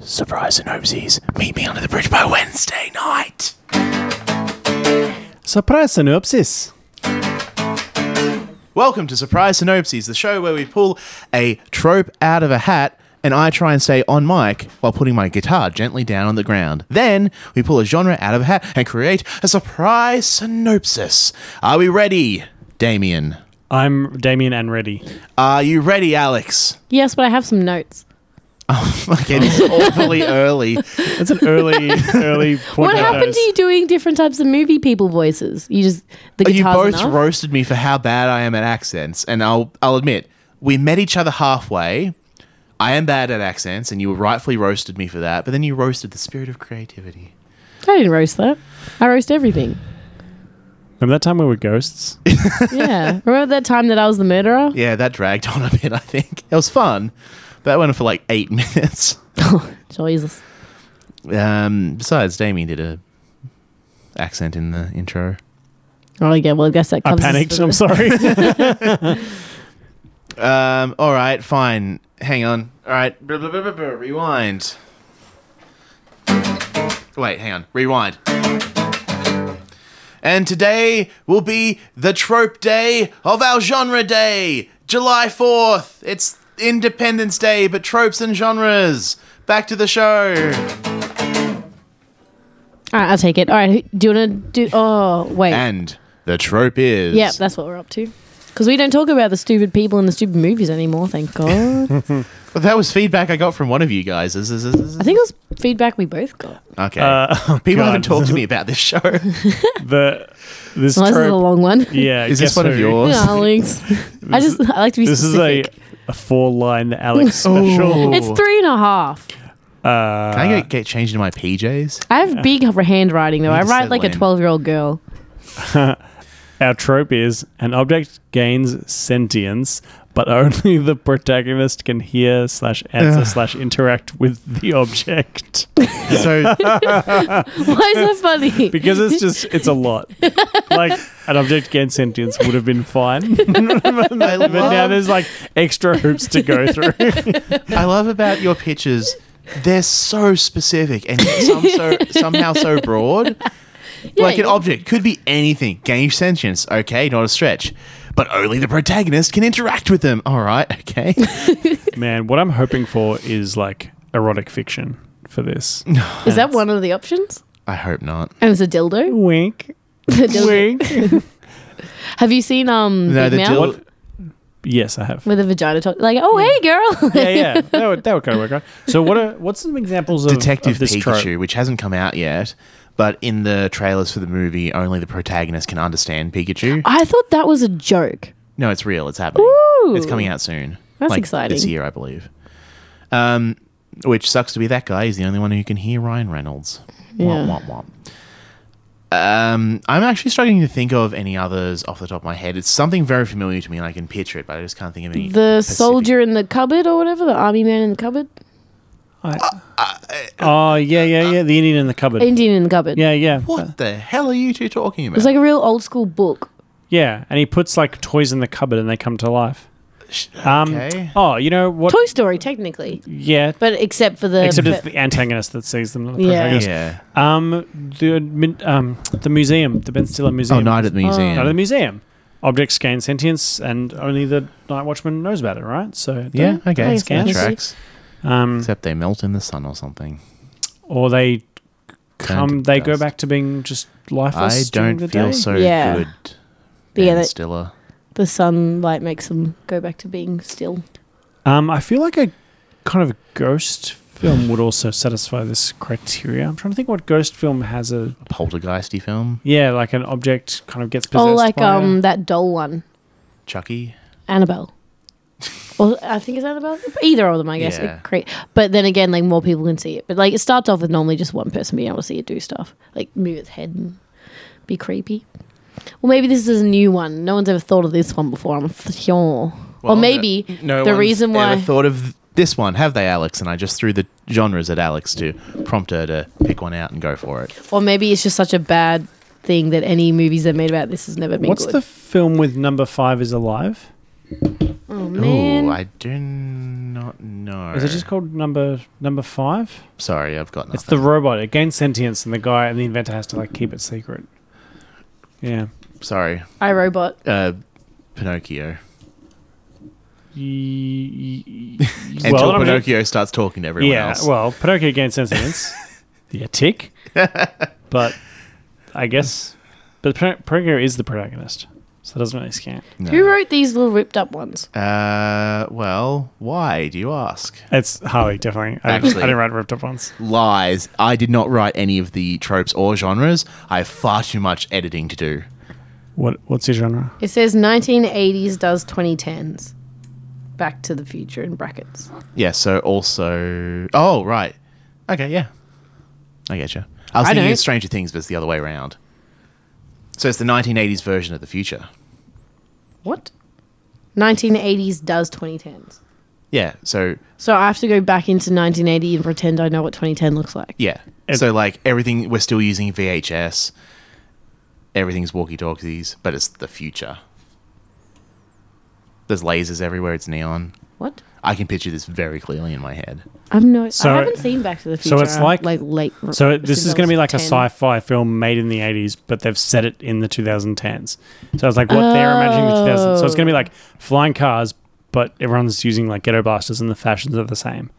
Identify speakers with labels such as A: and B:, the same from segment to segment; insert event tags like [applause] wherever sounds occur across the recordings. A: Surprise and overseas. Meet me under the bridge by Wednesday night.
B: Surprise synopsis.
A: Welcome to Surprise Synopses, the show where we pull a trope out of a hat and I try and say on mic while putting my guitar gently down on the ground. Then we pull a genre out of a hat and create a surprise synopsis. Are we ready, Damien?
B: I'm Damien and ready.
A: Are you ready, Alex? [laughs]
C: Yes, but I have some notes.
A: Okay, [laughs] this is awfully early.
B: It's an early, early point.
C: What
B: of
C: happened
B: those.
C: to you doing different types of movie people voices? You just the
A: Oh, you
C: guitars
A: both
C: enough?
A: roasted me for how bad I am at accents, and I'll I'll admit we met each other halfway. I am bad at accents, and you rightfully roasted me for that. But then you roasted the spirit of creativity.
C: I didn't roast that. I roast
B: [laughs]
C: everything.
B: Remember that time we
C: [laughs]
B: were ghosts?
C: Yeah. Remember that time that I was the murderer?
A: Yeah, that dragged on a bit. [laughs] I think it was fun, but that went on for like eight [laughs] minutes.
C: Jesus.
A: Um, besides, Damien did a accent in the intro.
C: Oh yeah. Well, I guess that
B: I
C: comes. as
B: panicked.
C: the- [laughs]
B: I'm sorry.
A: Um, all right, fine. Hang on. All right, blah, blah, blah, blah, blah, rewind. Wait, hang on. Rewind. And today will be the trope day of our genre day, July 4th. It's Independence Day, but tropes and genres. Back to the show.
C: All right, I'll take it. All right. who- Do you want to do? Oh wait.
A: And the trope is.
C: yeah, that's what we're up to. Because we don't talk about the stupid people in the stupid movies anymore. Thank
B: [laughs]
C: God.
A: Well, that was feedback I got from one of you guys. This is- this is-
C: I think it was feedback we both got.
A: Okay.
B: Uh, oh
A: People
B: God.
A: haven't talked to me about this show.
B: The
C: Unless
B: this
C: it's a
B: trope-
C: long one.
B: Yeah,
A: Is this
B: guess
A: one of
B: who-
C: [laughs]
A: yours?
C: Yeah, Alex. I just I like to be
B: This is a,
C: specific.
B: a four-line Alex
C: [laughs] Oh.
B: special.
A: Ooh.
C: it's three and a half.
B: Uh,
A: Can I get, get changed into my PJs?
C: I have big handwriting though.
A: You
C: I
A: just
C: write
A: said
C: like
A: lame.
C: a twelve-year-old
B: [laughs]
C: girl. [laughs]
B: Our trope is an object gains sentience, but only [laughs] the protagonist can hear slash answer slash interact with the object. [laughs]
A: So
C: Why is that funny?
B: Because it's just it's a lot. Like an object gains sentience would have
C: [laughs]
B: been fine. but
A: I love,
B: now there's like extra hoops
C: [laughs]
B: to go through.
A: I love about your pictures. They're so specific and yet some so, somehow so
C: [laughs]
A: broad. like an
C: [laughs] yeah.
A: object could be anything. Gain sentience, okay, not a stretch. But only the protagonist can interact with them. All right,
C: [laughs]
A: okay.
B: Man, what I'm hoping for is like erotic fiction for this.
C: [laughs] is that one of the options?
A: I hope not.
C: And it's a dildo. [laughs]
B: Wink.
C: The dildo. [laughs]
B: Wink.
C: Have you seen um
A: No, the
C: Big Mouth
A: dil-
B: yes,
C: [laughs]
B: I have.
C: with a vagina talk? Like, oh hey girl.
B: Yeah, yeah, that would that would kind of work out. So, what are what's some examples of
A: Detective
B: of this
A: Pikachu,
B: trope?
A: which hasn't come out yet, but in the trailers for the movie, only the protagonist can understand Pikachu.
C: [laughs] I thought that was a joke.
A: No, it's real. It's happening.
C: Ooh.
A: It's coming out soon.
C: That's
A: like,
C: exciting.
A: This year, I believe. Um, which sucks to be that guy. He's the only one who can hear Ryan Reynolds.
C: Yeah.
A: Womp, womp, womp. Um, I'm actually struggling to think of any others off the top of my head. It's something very familiar to me, and I can picture it, but I just can't think of any.
C: The
A: specific-
C: soldier in the cupboard or whatever, the army man in the cupboard,
A: Uh,
B: Oh yeah, yeah, yeah. The Indian in the cupboard.
C: Indian in the cupboard.
B: yeah, yeah,
A: What the hell are you two talking about?
C: It's like a real old school book.
B: yeah. And he puts like toys in the cupboard, and they come to life. Um,
A: okay.
B: Oh, you know what?
C: Toy Story, technically,
B: yeah.
C: but except for the
B: Except it's
C: but-
B: the antagonist that sees them. not the
C: Yeah.
B: protagonist.
A: yeah.
B: Um, the min- um, the museum, the Ben Stiller museum.
A: Oh, Night at the Museum.
B: Night at the museum. Objects gain sentience, and only the night watchman knows about it, right? So
A: yeah, okay.
C: Thanks,
A: That
B: guys.
A: tracks.
B: Um,
A: Except they melt in the sun or something.
B: or they come
A: Turned to
B: they go
A: dust.
B: back to being just
A: I
B: lifeless during
A: don't
B: the
A: feel
B: day.
A: so
C: Yeah.
A: good.
C: Yeah,
A: Ben
C: that-
A: Stiller.
C: the sunlight makes them go back to being still.
B: um i feel like a kind of ghost film would also satisfy this criteria i'm trying to think what ghost film has a
A: A poltergeisty film.
B: yeah like an object kind of gets possessed
C: Oh, like
B: by a-
C: um that doll one,
A: Chucky.
C: Annabelle. or I think it's Annabelle. Either of them, I guess.
A: Yeah.
C: It cre- but then again, like more people can see it. But like it starts off with normally just one person being able to see it do stuff, like move its head and be creepy. Well, maybe this is a new one. No one's ever thought of this one before. I'm f- sure. or maybe the
A: one's
C: reason
A: ever
C: why.
A: thought of this one, have they, Alex? And I just threw the genres at Alex to prompt her to pick one out and go for it.
C: or maybe it's just such a bad thing that any movies that made about this has never been
B: what's
C: good.
B: the film with number five is alive
C: oh man,
A: Ooh, I do not know.
B: Is it just called number number five?
A: Sorry, I've got nothing.
B: It's the robot. It gains sentience, and the guy and the inventor has to like keep it secret. Yeah.
A: Sorry,
C: I robot.
A: uh, Pinocchio.
B: Y- y-
A: Until
B: I mean-
A: Pinocchio starts talking to everyone
B: yeah.
A: else.
B: Well, Pinocchio
A: [laughs]
B: gains sentience. yeah, tick. but I guess, but Pin- Pinocchio is the protagonist, so it doesn't really count.
A: No.
C: Who wrote these little ripped up ones?
A: Uh, well, why do you ask?
B: It's Harley definitely. I,
A: Actually-
B: I didn't write ripped up ones.
A: Lies. I did not write any of the tropes or genres. I have far too much editing to do.
B: What What's your genre?
C: It says 1980s does 2010s. Back to the future in brackets.
A: Yeah. So also. Oh right. Okay. Yeah. I get you. I was
C: I
A: thinking
C: don't.
A: it's Stranger Things, but it's the other way around. So it's the 1980s version of the future.
C: What? 1980s does 2010s.
A: Yeah. So
C: So I have to go back into 1980 and pretend I know what 2010 looks like.
A: yeah.
B: And-
A: so like everything, we're still using VHS. Everything's walkie talkies, but it's the future. There's lasers everywhere. It's neon.
C: What?
A: I can picture this very clearly in my head.
C: I've no.
B: So-
C: I haven't seen Back to the
B: so
C: Future.
B: it's like-
C: like late.
B: So it- this is
C: since I
B: going to be
C: was
B: like a
C: 10.
B: sci-fi film made in the 80s, but they've set it in the 2010s. So it's like what they're imagining the 2000s. So it's going to be
C: Oh.
B: like flying cars, but everyone's using like ghetto blasters and the fashions are the same,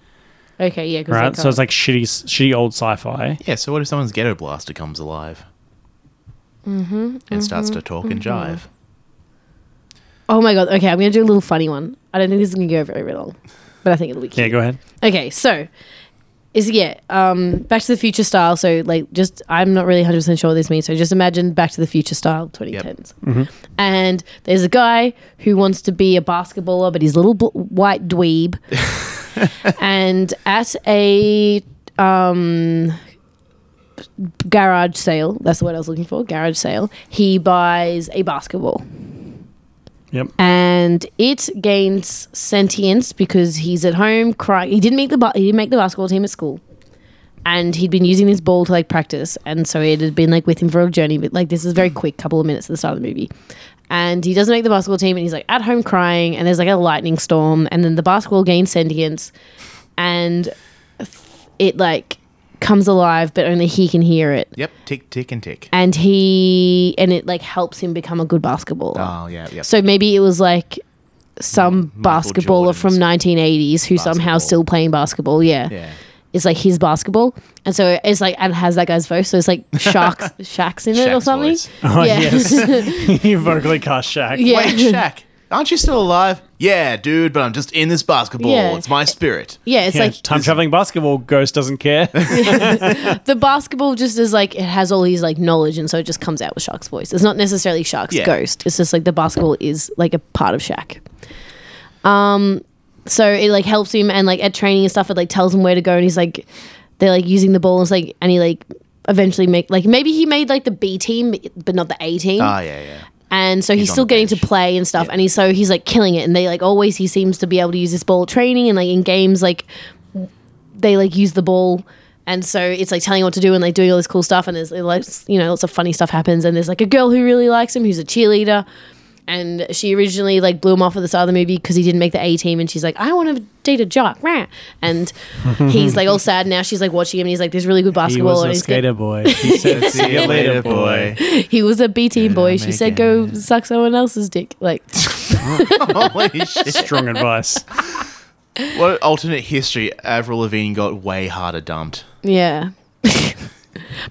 C: Okay, yeah. 'cause they
B: right? So
C: can't-
B: it's like shitty, shitty old sci-fi.
A: Yeah, so what if someone's ghetto blaster comes alive? Mm-hmm, and starts to talk and jive.
C: Oh my god. Okay, I'm going to do a little funny one. I don't think this is going to go very, very long, but I think it'll be cute.
B: Yeah, go ahead.
C: Okay, so is yeah, um, Back to the Future style. So like, just I'm not really 100 percent sure what this means. So just imagine Back to the Future style 2010s. And there's a guy who wants to be a basketballer, but he's a little bl- white dweeb. and at a um, garage sale, that's the word I was looking for. Garage sale. He buys a basketball
B: Yep. [laughs]
C: and it gains sentience because he's at home crying. He didn't make the ba- he didn't make the basketball team at school, and he'd been using this ball to like practice, and so it had been like with him for a journey. But like this is very quick, couple of minutes at the start of the movie, and he doesn't make the basketball team, and he's like at home crying, and there's like a lightning storm, and then the basketball gains sentience, and it like comes alive, but only he can hear it.
A: Yep, tick, tick, and tick.
C: And he and it like helps him become a good basketballer.
A: Oh, yeah, yep.
C: So maybe it was like some basketballer
A: Jordan's
C: from 1980s who somehow
A: basketball.
C: still playing basketball. Yeah.
A: yeah.
C: It's like his basketball. And so it's like, and it has that guy's voice. So it's
A: [laughs]
C: like Shaq's, Shaq's in it or
A: Shaq's
C: something.
A: voice.
B: Oh
C: Yeah.
B: yes, you vocally cast
C: [laughs]
B: Shaq.
C: Yeah.
A: Wait, Shaq, aren't you still alive? Yeah, dude, but I'm just in this basketball.
C: Yeah.
A: It's my spirit.
C: Yeah. It's
B: Yeah,
C: like
B: time traveling basketball ghost doesn't care.
C: [laughs] the basketball just is like, it has all his like knowledge. And so it just comes out with Shaq's voice. It's not necessarily Shaq's
A: Yeah.
C: ghost. It's just like the basketball is like a part of Shaq. Um, so it like helps him and like at training and stuff, it like tells him where to go. And he's like, they're like using the ball. And it's like, and he like eventually make like maybe he made like the B team, but not the A team.
A: Ah, yeah, yeah.
C: and so he's,
A: on
C: still
A: the
C: getting
A: bench.
C: to play and stuff. And he's so he's like killing it. And they like always he seems to be able to use this ball at training and like in games like they like use the ball. And so it's like telling him what to do and like doing all this cool stuff. And there's like you know lots of funny stuff happens. And there's like a girl who really likes him who's a cheerleader and she originally like blew him off at the start of the movie because he didn't make the A team, and she's like, "I want to date a jock," rah. and he's like all sad now. She's like watching him, and he's like, "There's really good
B: [laughs] he
C: basketball."
B: was
C: and
B: a
C: he's get-
B: skater boy. He said, "See [laughs] you later, boy."
C: [laughs] he was a B team boy.
A: I'm
C: She said,
A: making
C: "Go suck someone else's dick." Like,
A: [laughs] Holy shit.
C: [laughs]
B: Strong advice.
A: What alternate history Avril Lavigne got way harder dumped.
C: yeah. [laughs]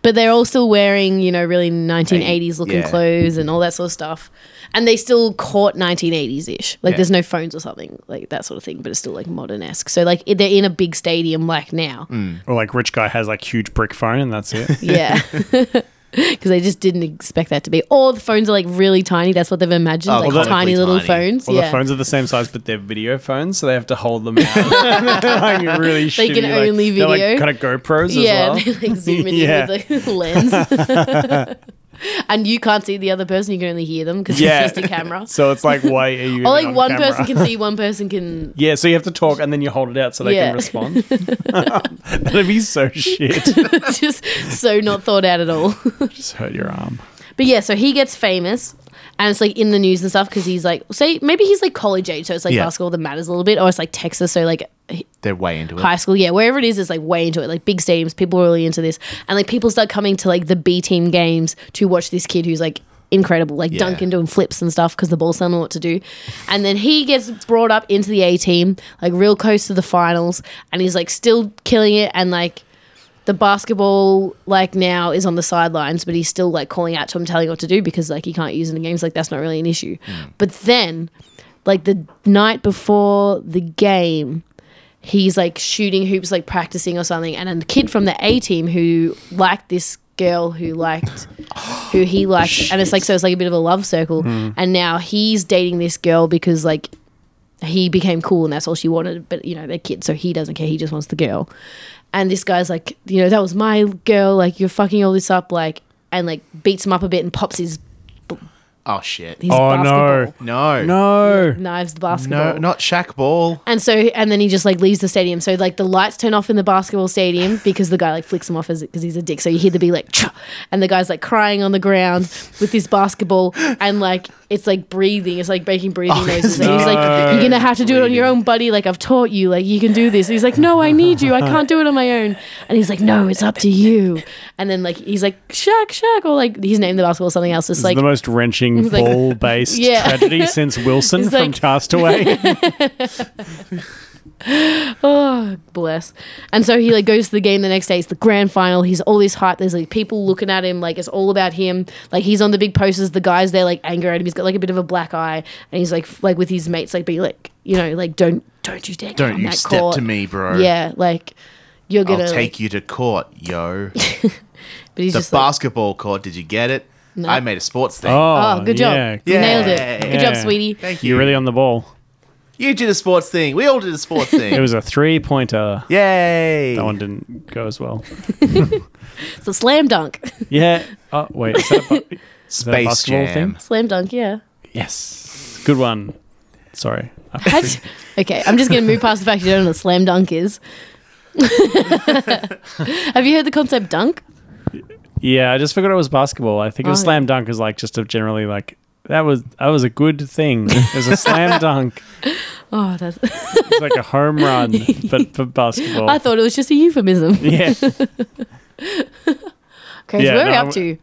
C: but they're all still wearing, you know, really 1980s looking
A: Yeah.
C: clothes and all that sort of stuff. And they still caught 1980s ish. Like,
A: Yeah.
C: there's no phones or something, like that sort of thing, but it's still like modern esque. So, like, they're in a big stadium, like now.
A: Mm.
B: Or like rich guy has like huge brick phone and that's it.
A: [laughs]
C: Yeah. [laughs] Because they just didn't expect that to be. Or the phones are like really tiny. That's what they've imagined.
A: Oh,
C: like
A: well,
C: tiny
A: comically
C: little
A: tiny.
C: phones.
B: Well,
C: yeah.
B: the phones are the same size, but they're video phones, so they have to hold them out. [laughs] They're, like really
C: They can
B: shitty, like-
C: only
B: they're,
C: video.
B: Like, kind of GoPros
C: yeah.
B: as
C: [laughs] They
B: well.
C: like
A: [laughs]
C: zoom in
B: Yeah.
C: with the lens. [laughs] and you can't see the other person. You can only hear them because
B: Yeah.
C: it's just a camera.
B: So it's like, why are you?
C: [laughs]
B: even
C: or like
B: on
C: one
B: camera?
C: person can see, one person can.
B: [laughs]
C: [laughs]
B: Yeah, so you have to talk and then you hold it out so they
C: Yeah. [laughs]
B: can respond. [laughs] That'd be so shit.
C: just so not thought out at all. [laughs]
B: Just hurt your arm.
C: But yeah, so he gets famous And it's like in the news and stuff because he's like, say, maybe he's like college age, so it's like
A: Yeah.
C: basketball that matters a little bit, or it's like Texas, so like
A: They're way into it.
C: high school, yeah, wherever it is, it's like way into it. Like big stadiums, people are really into this, and like people start coming to like the B team games to watch this kid who's like incredible, like
A: Yeah.
C: dunking, doing flips and stuff because the Bulls don't know what to do, and then he gets brought up into the A team, like real close to the finals, and he's like still killing it, and like. The basketball, like now, is on the sidelines, but he's still like calling out to him, telling him what to do because like he can't use it in games. Like that's not really an issue. But then, like the night before the game, he's like shooting hoops, like practicing or something. And a kid from the A team who liked this girl who liked who
B: Oh,
C: he liked, and it's like so it's like a bit of a love circle.
B: Hmm.
C: And now he's dating this girl because like he became cool and that's all she wanted. But you know they're kids, so he doesn't care. He just wants the girl. And this guy's like, you know, that was my girl. Like you're fucking all this up, like and like beats him up a bit and pops his
A: Oh shit.
C: his
B: Oh, no.
C: basketball.
A: No.
B: No.
C: Knives the basketball.
A: No, not Shaq Ball.
C: And so, and then he just like leaves the stadium. So like the lights turn off in the basketball stadium because the guy like flicks him off as because he's a dick. So you hear the be like, "Chah," and the guy's like crying on the ground with this basketball, and like it's like breathing, it's like making breathing noises. And he's like, "You're gonna have to do it on your own, buddy. Like I've taught you. Like you can do this." And he's like, "No, I need you. I can't do it on my own." And he's like, "No, it's up to you." And then like he's like, "Shaq, Shaq," or like he's named the basketball something else. [laughs] It's like
B: the most wrenching
C: like-
B: ball based
C: Yeah. [laughs]
B: tragedy since Wilson
C: It's
B: from
C: like-
B: Castaway.
C: oh bless and so he like goes to the game the next day it's the grand final he's all this hype there's like people looking at him like it's all about him like he's on the big posters the guys there like anger at him he's got like a bit of a black eye and he's like f- like with his mates like be like you know like don't don't you dare get
A: Don't
C: on
A: you
C: that
A: step
C: court.
A: to me, bro.
C: yeah like you're
A: I'll
C: gonna
A: take you to court,
C: [laughs]
A: yo.
C: but he's
A: The
C: just like,
A: basketball court. Did you get it? I made a sports thing.
B: Oh,
C: [laughs] oh good job
B: yeah.
C: You nailed
A: Yeah.
C: it good job
B: Yeah.
C: sweetie
A: Thank you.
B: You're really on the ball.
A: You did a sports thing. We all did a sports
B: [laughs] It
A: thing.
B: was a three pointer.
A: Yay!
B: That one didn't go as well.
C: it's a slam dunk [laughs]
B: Yeah. Oh, wait. Is that a bu- that a
A: Space
B: basketball
A: Jam.
B: thing?
C: slam dunk yeah
B: yes. Good one. Sorry. I-
C: How'd you- okay, I'm just gonna move past the fact you don't know what slam dunk is. [laughs] Have you heard the concept dunk?
B: Yeah, I just forgot it was basketball. I think it was
C: Oh, yeah.
B: slam dunk is like just a generally like that was that was a good thing. It was
C: [laughs]
B: a slam dunk.
C: Oh, that's.
B: It's like a home run, but for basketball.
C: I thought it was just a euphemism.
B: [laughs] yeah.
C: Okay, so
B: Yeah,
C: where are we
B: no,
C: up
B: I
C: to?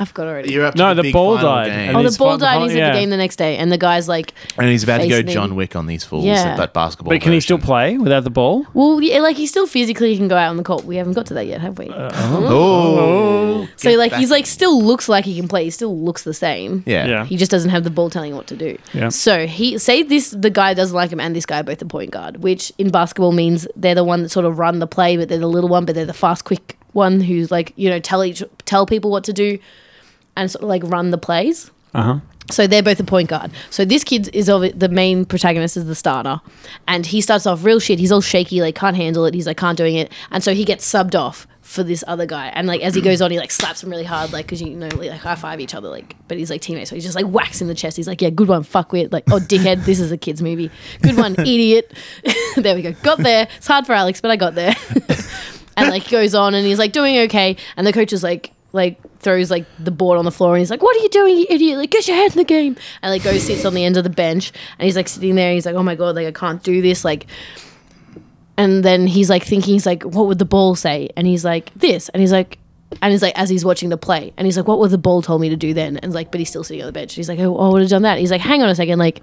C: I forgot already.
A: You're up to
B: No,
A: the,
B: the
A: big
B: ball
A: final
B: died.
A: game.
B: And
C: oh, the
B: he's
C: ball
B: fun-
C: died.
B: fun-
C: He's at
B: yeah.
C: the game the next day, and the guy's like,
A: And he's about to go
C: Face me.
A: John Wick on these fools
C: Yeah.
A: at that basketball.
B: But can he still
A: version.
B: play without the ball?
C: "Well, yeah, like he still physically can go out on the court. We haven't got to that yet, have we?"
B: Uh,
A: Oh,
C: so
A: Get
C: like
A: back.
C: he's like still looks like he can play. He still looks the same.
A: yeah,
B: Yeah.
C: He just doesn't have the ball telling him what to do.
B: Yeah.
C: So he say this the guy doesn't like him and this guy are both the point guard, which in basketball means they're the one that sort of run the play, but they're the little one, but they're the fast, quick one who's like you know tell each tell people what to do, and sort of like run the plays.
B: Uh huh.
C: So they're both the point guard. So this kid is of the main protagonist is the starter, and he starts off real shit. He's all shaky, like can't handle it. He's like can't doing it, and so he gets subbed off for this other guy. And like as he goes on, he like slaps him really hard, like because you know like high five each other, like. But he's like teammates, so he's just like whacks in the chest. He's like, yeah, good one, fuck with, like oh dickhead, this is a kids movie. Good one, idiot. [laughs] there we go, got there. It's hard for Alex, but I got there. [laughs] and like goes on and he's like doing okay and the coach is like like throws like the board on the floor and he's like what are you doing you idiot like get your head in the game and like goes sits on the end of the bench and he's like sitting there and he's like oh my god like i can't do this like and then he's like thinking he's like what would the ball say and he's like this and he's like and he's like as he's watching the play and he's like what would the ball told me to do then and like but he's still sitting on the bench he's like oh i would have done that he's like hang on a second like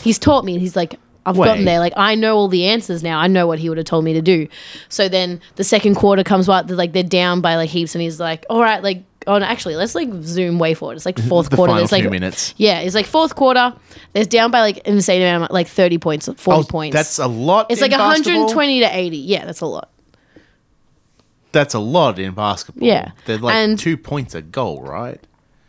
C: he's taught me he's like i've
A: Wait.
C: gotten there like i know all the answers now i know what he would have told me to do so then the second quarter comes out they're like they're down by like heaps and he's like all right like oh no, actually let's like zoom way forward it's like
A: [laughs]
C: fourth
A: the
C: quarter
A: final
C: there's like
A: few minutes.
C: yeah it's like fourth quarter there's down by like an insane amount like 30 points 40
A: Oh,
C: points
A: That's a lot.
C: it's
A: in
C: like
A: basketball.
C: 120 to 80. Yeah, that's a lot.
A: That's a lot in basketball.
C: Yeah.
A: they're like
C: And-
A: two points a goal, right?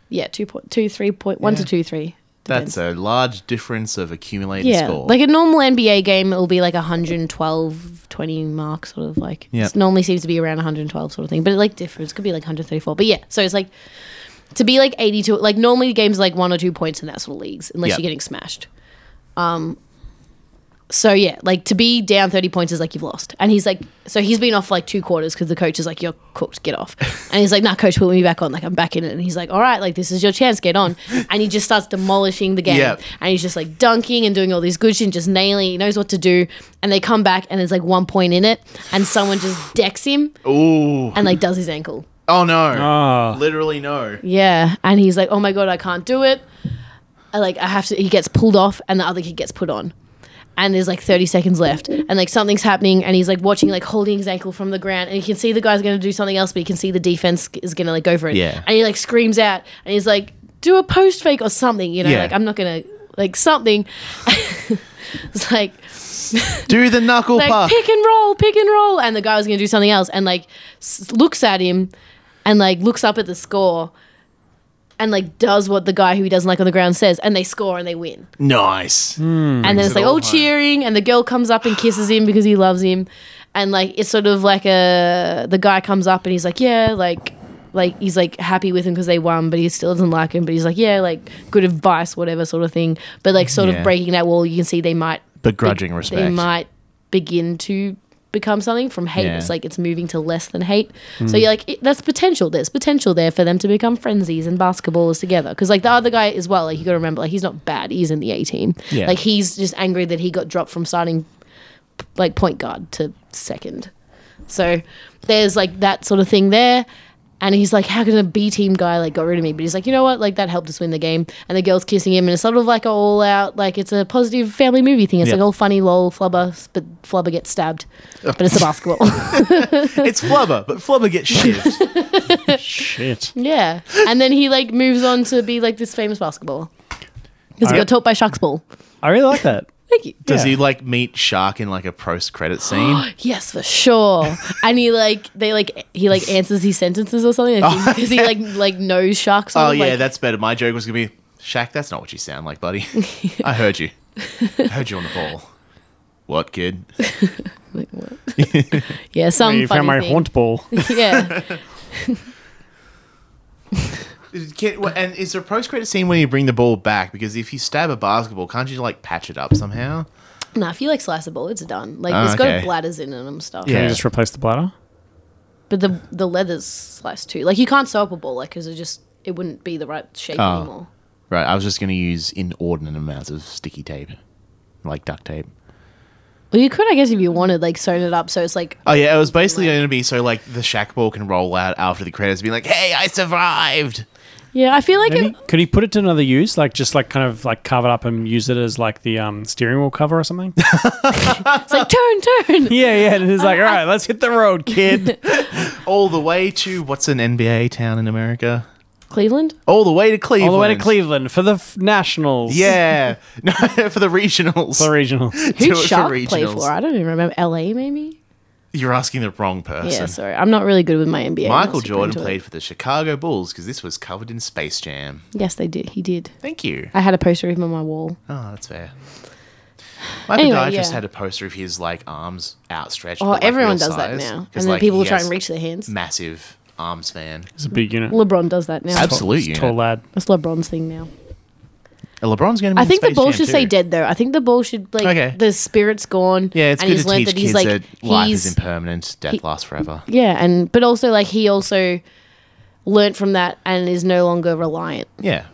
C: Yeah, two point two, three point one to two three.
A: That's a large difference of accumulated
C: yeah,
A: score.
C: like a normal NBA game, it will be like 112, 20 mark, sort of like.
A: Yeah.
C: It normally seems to be around 112, sort of thing, but it like differs. It could be like 134. But yeah, so it's like to be like 82, like normally games are like one or two points in that sort of leagues, unless
A: Yeah.
C: you're getting smashed. Um, So yeah, like to be down thirty points is like you've lost. And he's like, so he's been off for like two quarters because the coach is like, you're cooked, get off. And he's like, nah, coach, put me back on. Like I'm back in it. And he's like, all right, like this is your chance, get on. And he just starts demolishing the game.
A: Yep.
C: And he's just like dunking and doing all these good shit, and just nailing. He knows what to do. And they come back and there's like one point in it, and someone just decks him
A: Ooh.
C: and like does his ankle.
A: Oh no.
B: Ah,
A: Literally no.
C: Yeah, and he's like, "Oh my god, I can't do it." I, like I have to. He gets pulled off, and the other kid gets put on. And there's like 30 seconds left, and like something's happening, and he's like watching, like holding his ankle from the ground, and you can see the guy's going to do something else, but you can see the defense is going to like go for it.
A: Yeah.
C: And he like screams out, and he's like, "Do a post fake or something," you know?
A: Yeah.
C: Like I'm not going to like something. [laughs] it's like
A: Do the knuckle
C: like
A: puck.
C: pick and roll, pick and roll, and the guy was gonna do something else, and like s- looks at him, and like looks up at the score, and like does what the guy who he doesn't like on the ground says, and they score and they win,
A: Nice.
B: Mm.
C: and then it's
A: it
C: like
A: all
C: all
A: home.
C: cheering, and the girl comes up and kisses him because he loves him, and like it's sort of like a the guy comes up and he's like yeah like. Like he's like happy with him because they won, but he still doesn't like him. But he's like, yeah, like good advice, whatever sort of thing. But like sort
A: Yeah.
C: of breaking that wall, you can see they might
A: Begrudging
C: they
A: respect.
C: might begin to become something from hate.
A: Yeah.
C: It's like it's moving to less than hate.
A: Hmm.
C: So you're like, it, that's potential. There's potential there for them to become frenzies and basketballers together. Because like the other guy as well, like you got to remember, like he's not bad. He's in the A team.
A: Yeah.
C: Like he's just angry that he got dropped from starting like point guard to second. So there's like that sort of thing there. And he's like, how can a B team guy like got rid of me? But he's like, you know what? Like that helped us win the game. And the girl's kissing him, and it's sort of like all out, like it's a positive family movie thing. It's
A: Yeah. Oh.
C: like all funny, lol, flubber, but flubber gets stabbed, but it's a basketball.
A: [laughs] It's Flubber, but
C: [laughs]
A: Flubber gets shivved.
B: shit.
C: yeah. And then he like moves on to be like this famous basketballer because he
B: I-
C: got taught by Sharks Ball.
B: I really like that.
C: Thank you.
A: Does
B: Yeah.
A: he like meet Shark in like a post credit scene?
C: Yes, for sure. and he like they like he like answers his sentences or something because he like like knows sharks.
A: oh
C: sort of,
A: yeah,
C: like,
A: that's better. My joke was gonna be Shaq, that's not what you sound like, buddy. I heard you. I heard you on the ball. What kid?
C: like, what? yeah, some
B: You found
C: funny
B: my
C: thing.
B: haunt ball.
C: [laughs] yeah,
A: Can, well, and is there a post credit scene where you bring the ball back? Because if you stab a basketball, can't you like patch it up somehow?
C: nah. If you like slice a ball, it's done. Like
A: Oh,
C: it's
A: okay.
C: got bladders in it and stuff.
A: Yeah.
B: Can you just replace the bladder?
C: but the the leathers sliced too. Like you can't sew up a ball like because it just it wouldn't be the right shape
A: Oh.
C: anymore.
A: Right, I was just going to use inordinate amounts of sticky tape, like duct tape.
C: Well, you could, I guess, if you wanted, like sewn it up so it's like
A: Oh yeah, it was basically going to be so like the Shaq ball can roll out after the credits, be like, "Hey, I survived."
C: yeah. I feel like
B: Maybe
C: it,
B: could he put it to another use, like just like kind of like cover it up and use it as like the um, steering wheel cover or something?
C: it's like turn, turn.
B: [laughs] yeah, yeah. And it's like, all right, let's hit the road, kid.
A: All the way to what's an NBA town in America?
C: Cleveland.
A: All the way to Cleveland.
B: All the way to Cleveland for the f- nationals.
A: Yeah, [laughs] no, for the regionals.
B: The regionals. [laughs]
A: Do
C: Who
A: it for
C: Shark play
A: regionals.
C: for? I don't even remember. L.A. Maybe.
A: You're asking the wrong person.
C: Yeah, sorry. I'm not really good with my NBA. I'm not
A: Michael
C: super
A: Jordan
C: into it.
A: played for the Chicago Bulls because this was covered in Space Jam.
C: Yes, they did. He did.
A: Thank you.
C: I had a poster of him on my wall.
A: Oh, that's fair. My
C: Anyway,
A: podiatrist
C: yeah.
A: had a poster of his like arms outstretched.
C: Oh,
A: but, like,
C: everyone
A: real
C: does that
A: size,
C: now. And
A: 'cause,
C: then
A: like,
C: people
A: he
C: try
A: has
C: and reach their hands.
A: Massive arm span.
B: It's a big unit.
C: LeBron does that now.
A: Absolute
B: It's
A: unit.
B: a Tall lad.
C: That's LeBron's thing now.
A: LeBron's going to.
C: I think the ball should say dead though. I think the ball should like
A: Okay.
C: the spirit's gone.
A: Yeah, it's
C: and
A: good
C: he's
A: to
C: learned
A: teach
C: that
A: kids
C: he's like
A: that life is
C: he's-
A: impermanent, death lasts forever.
C: yeah, and but also like he also learnt from that and is no longer reliant.
A: Yeah,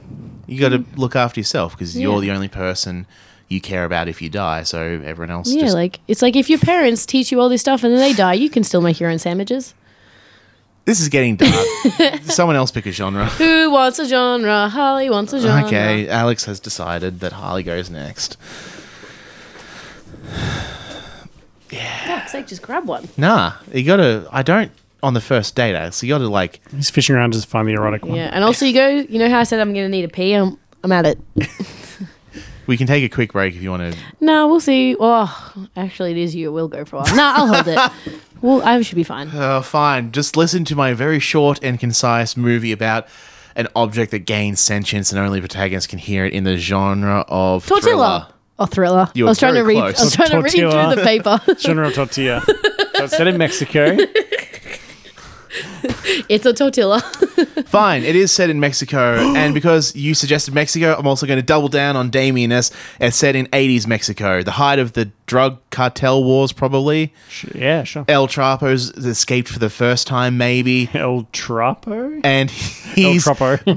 A: you got to look after yourself because you're
C: Hmm. Yeah.
A: the only person you care about if you die. So everyone else,
C: Yeah,
A: just,
C: like it's like if your parents teach you all this stuff and then they die, you can still make your own sandwiches.
A: this is getting dark.
C: [laughs]
A: Someone else pick a genre.
C: Who wants a genre? Holly wants a [laughs] genre.
A: Okay, Alex has decided that Harley goes next.
C: Fuck's sake, just grab one.
A: Nah, you gotta. I don't on the first date, Alex. You gotta like.
B: He's fishing around to find the erotic one.
C: Yeah, and also you go. You know how I said I'm gonna need a pee. I'm I'm at it.
A: We can take a quick break if you want to.
C: No, we'll see. Oh, actually, it is you. We'll go for a while. No, I'll hold
A: [laughs]
C: it. Well, I should be fine.
A: Uh, fine. Just listen to my very short and concise movie about an object that gains sentience and only protagonists can hear it in the genre of thriller.
C: Tortilla. Oh, thriller. I
A: You were
C: was trying to
A: very
C: read.
A: close.
C: I was trying to read through
B: Tortilla.
C: the
B: [laughs]
C: paper. [laughs]
B: General tortilla. so it's set in Mexico.
C: it's a tortilla. [laughs]
A: Fine. It is set in Mexico, and because you suggested Mexico, I'm also going to double down on Damien as as set in 80s Mexico, the height of the drug cartel wars, probably.
B: Sh- yeah, sure.
A: El Chapo's escaped for the first time, maybe,
B: El Trapo?
A: and [laughs] he's
B: Chapo.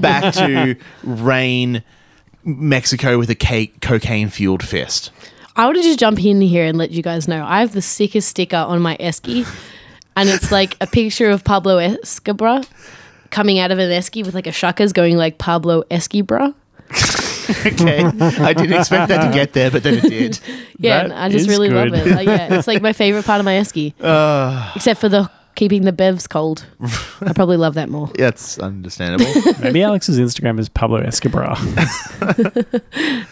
A: [laughs] back to reign Mexico with a cake, cocaine fueled fist.
C: I want to just jump in here and let you guys know I have the sickest sticker on my esky, and it's like a picture of Pablo Escobar coming out of an esky with like a shuckers going like Pablo Escobar.
A: Okay, I didn't expect that to get there, but then it did.
C: Yeah,
B: That
C: and I just
B: is
C: really
B: good.
C: love it. Like, yeah, it's like my favorite part of my
B: [laughs]
C: esky, except for the keeping the bevs cold. I probably love that more.
A: That's understandable.
B: Maybe Alex's Instagram is Pablo Escobar. [laughs]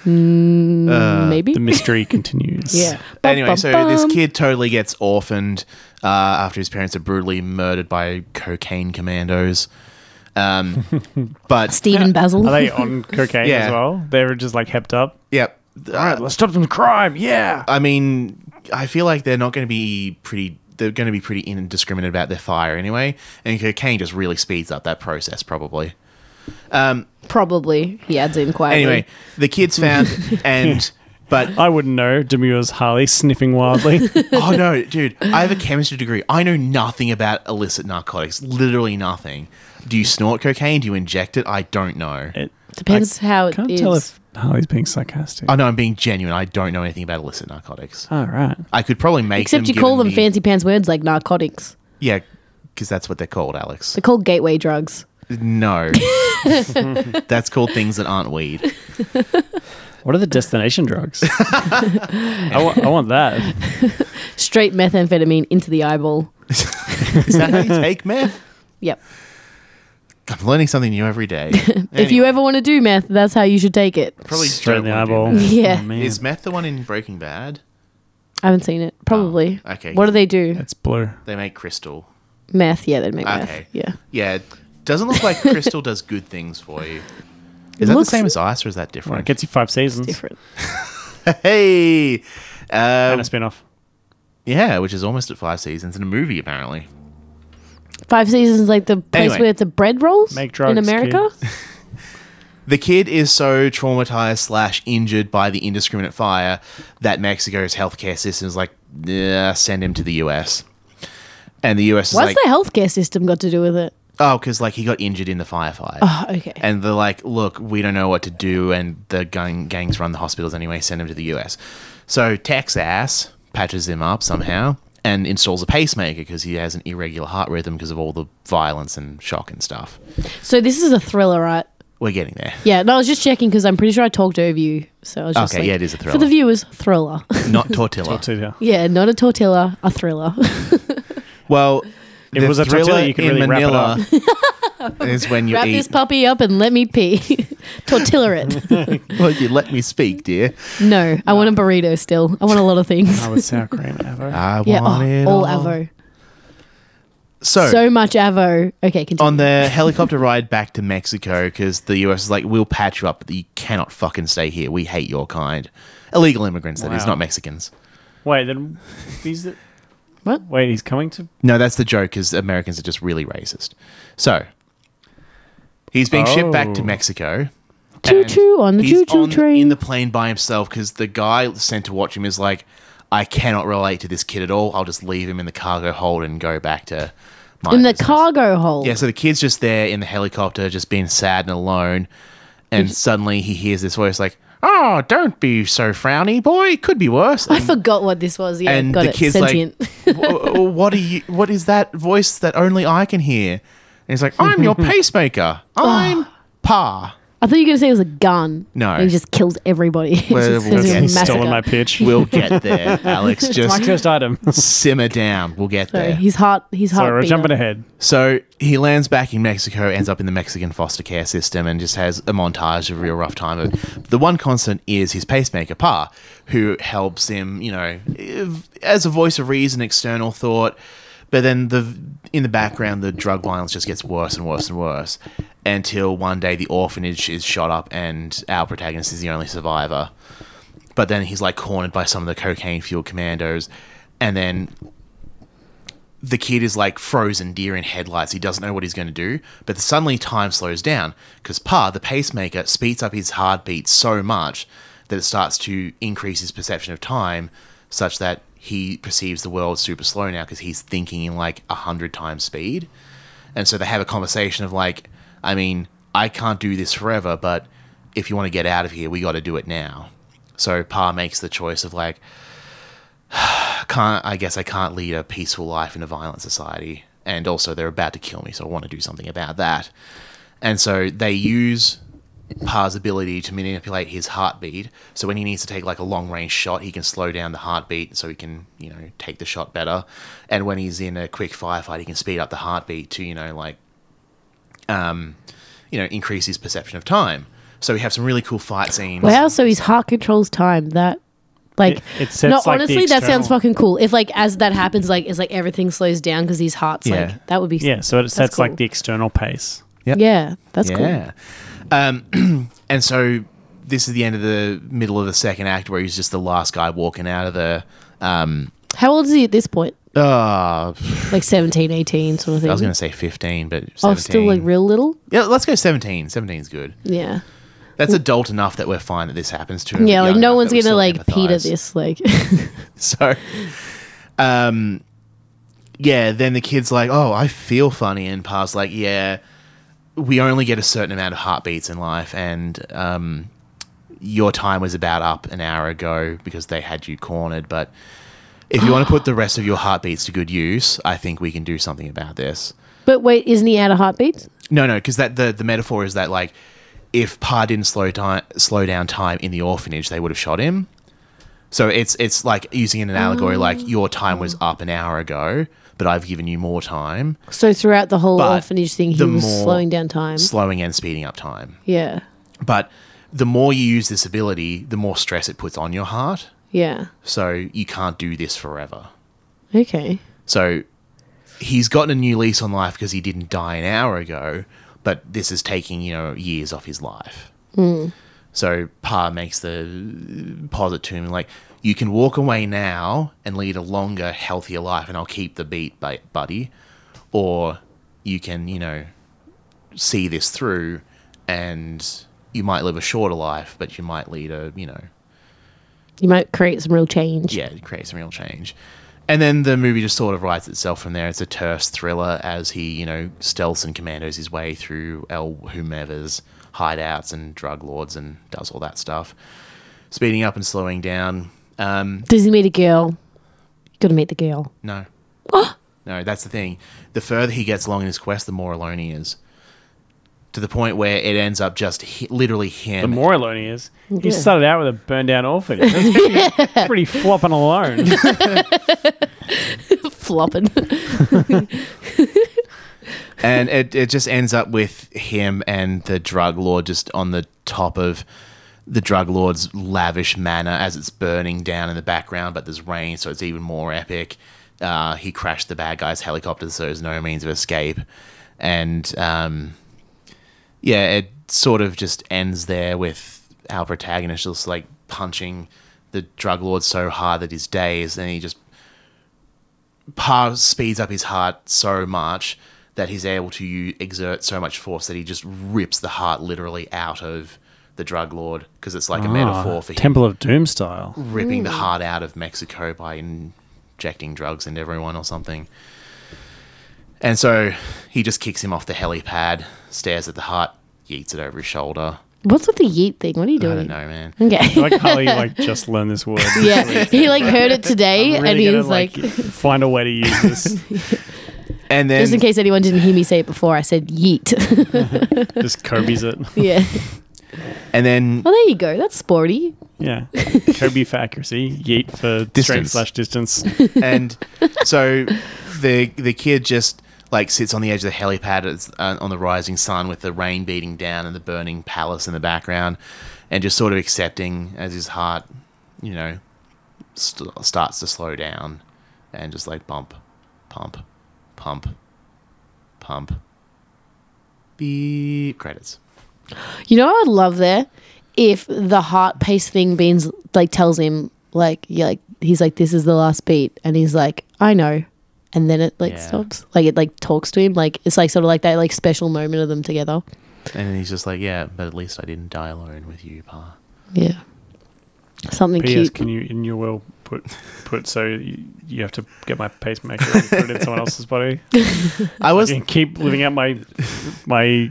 C: Maybe.
B: Uh, the mystery continues.
C: Mm, yeah.
A: anyway,
C: Bum,
A: so
C: bum,
A: this
C: bum.
A: kid totally gets orphaned uh, after his parents are brutally murdered by cocaine commandos.
C: [laughs]
A: Um, but
C: Stephen Basil.
B: Are they on cocaine
A: Yeah.
B: as well? They were just like hepped up.
A: yeah, I,
B: Let's stop some crime. Yeah.
A: I mean, I feel like they're not going to be pretty. They're going to be pretty indiscriminate about their fire anyway, and cocaine just really speeds up that process, probably.
C: [laughs]
A: Um,
C: Probably. He adds in quietly.
A: Anyway, the kid's found,
C: [laughs]
A: and but
B: I wouldn't know. Demur's Harley sniffing
C: [laughs]
B: wildly.
A: oh no, dude, I have a chemistry degree. I know nothing about illicit narcotics, literally nothing. Do you snort cocaine? Do you inject it? I don't know.
B: it,
C: Depends how it
B: can't
C: is.
B: tell if Harley's being sarcastic.
A: Oh no, I'm being genuine. I don't know anything about illicit narcotics.
B: All right.
A: I could probably make
C: Except you
A: given
C: call them
A: the-
C: fancy pants words like narcotics.
A: Yeah, because that's what they're called,
C: [laughs]
A: Alex.
C: They're called gateway drugs. [laughs]
A: No, that's called things that aren't weed.
B: What are the destination [laughs] drugs? I, wa- I want that.
C: Straight methamphetamine into the eyeball.
A: Is that how you take meth?
C: Yep.
A: I'm learning something new every
C: [laughs]
A: day.
C: If you ever want to do meth, that's how you should take it.
A: probably
B: Straight in the
A: don't wanna do
B: eyeball.
A: meth.
C: Yeah.
B: Oh, man.
A: Is meth the one in Breaking Bad?
C: I haven't seen it. Probably.
A: Oh, okay.
C: What do they do?
B: It's blue.
A: They make crystal.
C: Meth. Yeah, they make meth.
A: Okay.
C: Yeah.
A: Yeah, it doesn't look like
C: [laughs]
A: crystal does good things for you. Is that
C: Looks-
A: the same as ice, or is that
B: Well, it
A: different?
B: gets you five seasons
C: Different.
A: [laughs] Hey,
B: and
A: um,
B: a spin off.
A: yeah, which is almost at five seasons in a movie, apparently.
C: Five seasons like the place
A: Anyway.
C: where the bread rolls
B: Make drugs,
C: in America.
A: The kid is so traumatized slash injured by the indiscriminate fire that Mexico's healthcare system is like, "Nah, send him to the US. And the US is
C: What's
A: like,
C: the healthcare system got to do with it?
A: oh, because like he got injured in the firefight.
C: Oh, okay.
A: And they're like, look, we don't know what to do, and the gang- gangs run the hospitals anyway. Send him to the US. So Texas patches him up somehow and installs a pacemaker because he has an irregular heart rhythm because of all the violence and shock and stuff.
C: so this is a thriller, right?
A: We're getting there.
C: Yeah. No, I was just checking because I'm pretty sure I talked over you. So I was just
A: Okay,
C: like,
A: yeah, it is a
C: for
A: thriller.
C: the viewers, thriller. [laughs]
A: Not tortilla.
B: So, yeah.
C: yeah, not a tortilla, a thriller.
A: Well,
B: It
A: the
B: was a
A: thriller
B: tortilla, you could
A: in
B: really wrap it
A: Manila is when you
C: Wrap
A: eat.
C: this puppy up and let me pee. [laughs] tortilla
A: [laughs]
C: it.
A: well, you let me speak, dear.
C: No, I want a burrito still. I want a lot of things.
B: I would sour [laughs] cream ever.
A: I
C: [laughs] yeah,
A: want
C: oh,
A: it
C: all avo.
A: So,
C: So much avo. Okay, continue.
A: on the helicopter ride back to Mexico, because the US is like, we'll patch you up, but you cannot fucking stay here. We hate your kind. Illegal immigrants, that is,
B: Wow.
A: not Mexicans.
B: Wait, then he's the-
C: What?
B: Wait, he's coming to
A: No, that's the joke, because Americans are just really racist. So, he's being shipped back to
B: Oh.
A: Mexico.
C: Choo
A: and
C: choo on the
A: he's
C: choo choo
A: on-
C: train.
A: in the plane by himself because the guy sent to watch him is like, I cannot relate to this kid at all. I'll just leave him in the cargo hold and go back to my
C: in the
A: business."
C: cargo hold.
A: Yeah, so the kid's just there in the helicopter, just being sad and alone, and suddenly he hears this voice like, "Oh, don't be so frowny, boy. Could be worse."
C: I
A: And, [laughs]
C: forgot what this was. Yeah,
A: and
C: got
A: the
C: it.
A: kid's
C: Sentient.
A: like, "W- w- "What are you? What is that voice that only I can hear?" And he's like,
C: [laughs]
A: "I'm your pacemaker.
C: Ah."
A: I'm Pa."
C: [laughs] I thought you were going to say it was a gun.
A: No.
C: And he just kills everybody. [laughs] It's
A: Well,
C: just-
A: we'll
C: it's a
A: get-
B: He's
C: massacre.
B: stolen my
A: [laughs]
B: pitch.
A: We'll get there,
C: [laughs]
A: Alex.
B: my
A: Just
B: first item.
A: simmer down. We'll get
C: Sorry,
A: there.
C: his heart. His heart.
B: [laughs] Sorry, we're
C: beat
B: jumping
C: up.
B: ahead.
A: So he lands back in Mexico, ends up in the Mexican foster care system, and just has a montage of real rough time. But the one constant is his pacemaker, Pa, who helps him, you know, ev- as a voice of reason, external thought. But then the in the background, the drug violence just gets worse and worse and worse until one day the orphanage is shot up and our protagonist is the only survivor. But then he's like cornered by some of the cocaine fueled commandos, and then the kid is like frozen deer in headlights. He doesn't know what he's going to do, but suddenly time slows down because Pa, the pacemaker, speeds up his heartbeat so much that it starts to increase his perception of time such that he perceives the world super slow now because he's thinking in like a hundred times speed. And so they have a conversation of like, I mean, I can't do this forever, but if you want to get out of here, we got to do it now. So Pa makes the choice of like, can't I guess I can't lead a peaceful life in a violent society. And also they're about to kill me, so I want to do something about that. And so they use Pa's ability to manipulate his heartbeat. So when he needs to take like a long range shot, he can slow down the heartbeat so he can, you know, take the shot better. And when he's in a quick firefight, he can speed up the heartbeat to, you know, like um, you know, increase his perception of time. So we have some really cool fight scenes.
C: Wow, so his heart controls time. That like
B: It- it sets,
C: no,
B: like, the
C: honestly, that sounds
B: external-
C: fucking cool. If like as that happens, like it's like everything slows down because his heart's
A: Yeah.
C: like that would be
B: Yeah, so it
C: that's
B: sets
C: cool.
B: like the external pace.
C: yeah that's cool.
A: yeah. Um, [clears throat] and so this is the end of the middle of the second act where he's just the last guy walking out of the. um,
C: How old is he at this point?
A: Uh,
C: Like 17, 18 sort of thing.
A: I was going to say 15, but 17.
C: oh, still like real little.
A: yeah, let's go 17. 17 is good.
C: Yeah,
A: That's adult enough that we're fine that this happens to him.
C: yeah.
A: but
C: Like
A: young
C: no
A: enough
C: one's
A: that we
C: gonna
A: still
C: like Peter
A: empathize.
C: this. Like [laughs]
A: [laughs] So, um, yeah, then the kid's like, oh, I feel funny. And Pa's like, yeah, we only get a certain amount of heartbeats in life. And um, your time was about up an hour ago because they had you cornered. But if you want to put the rest of your heartbeats to good use, I think we can do something about this.
C: But wait, isn't he out of heartbeats?
A: No, no, because that the, the metaphor is that like if Pa didn't slow time slow down time in the orphanage, they would have shot him. So it's it's like using an allegory like your time was up an hour ago, but I've given you more time,
C: So throughout the whole
A: But
C: orphanage thing, he
A: the
C: was
A: more
C: slowing down time.
A: slowing and speeding up time.
C: yeah,
A: But the more you use this ability, the more stress it puts on your heart.
C: yeah.
A: So you can't do this forever.
C: Okay.
A: So he's gotten a new lease on life because he didn't die an hour ago, but this is taking, you know, years off his life. So Pa makes the posit to him like, you can walk away now and lead a longer, healthier life, and I'll keep the beat, ba- buddy. Or you can, you know, see this through and you might live a shorter life, but you might lead a, you know,
C: You might create some real change.
A: yeah, it creates some real change. And then the movie just sort of writes itself from there. It's a terse thriller as he, you know, stealths and commandos his way through El whomever's hideouts and drug lords and does all that stuff. Speeding up and slowing down. Um,
C: Does he meet a girl? Got to meet the girl.
A: no. no, that's the thing. The further he gets along in his quest, the more alone he is. To the point where it ends up just hi- literally him.
B: The more alone he is, he
C: Yeah.
B: started out with a burned down orphanage. That's
C: [laughs]
B: pretty, pretty flopping alone.
C: Flopping.
A: and it, it just ends up with him and the drug lord just on the top of the drug lord's lavish manor as it's burning down in the background, but there's rain, so it's even more epic. Uh, he crashed the bad guy's helicopter, so there's no means of escape. And um, yeah, it sort of just ends there with our protagonist just like punching the drug lord so hard that he's dazed, and he just Pa speeds up his heart so much that he's able to u- exert so much force that he just rips the heart literally out of the drug lord because it's like a metaphor for him
B: Temple of Doom style.
A: ripping the heart out of Mexico by injecting drugs into everyone or something. And so he just kicks him off the helipad, stares at the heart, yeets it over his shoulder.
C: [laughs] What's with the yeet thing? What are you
A: I
C: doing?
A: don't know, man.
B: I
A: [laughs]
C: Okay.
B: like how he like just learned this word.
C: [laughs] yeah. He like heard it today
B: Really
C: and he
B: gonna,
C: was like, [laughs]
B: find a way to use this.
A: And then
C: just in case anyone didn't hear me say it before, I said
A: [laughs]
C: yeet. [laughs]
B: just Kobe's it.
C: yeah.
A: and then
C: Well, there you go. That's sporty.
B: Yeah, Kobe for accuracy, Yeet for strength
A: Distance.
C: [laughs]
B: slash distance.
A: and so the the kid just like sits on the edge of the helipad it's, uh, on the rising sun with the rain beating down and the burning palace in the background and just sort of accepting as his heart you know st- starts to slow down and just like bump pump pump pump beep credits
C: You know what I'd love there? If the heart pace thing beans like tells him like yeah, like he's like this is the last beat and he's like I know and then it like
A: Yeah.
C: stops. Like it like talks to him. Like it's like sort of like that like special moment of them together.
A: And then he's just like, yeah, but at least I didn't die alone with you, Pa.
C: Yeah. Something
B: P.S.
C: cute.
B: Can you in your will put put so you, you have to get my pacemaker and put it in someone
C: [laughs]
B: else's body?
A: I was
B: and keep living out my my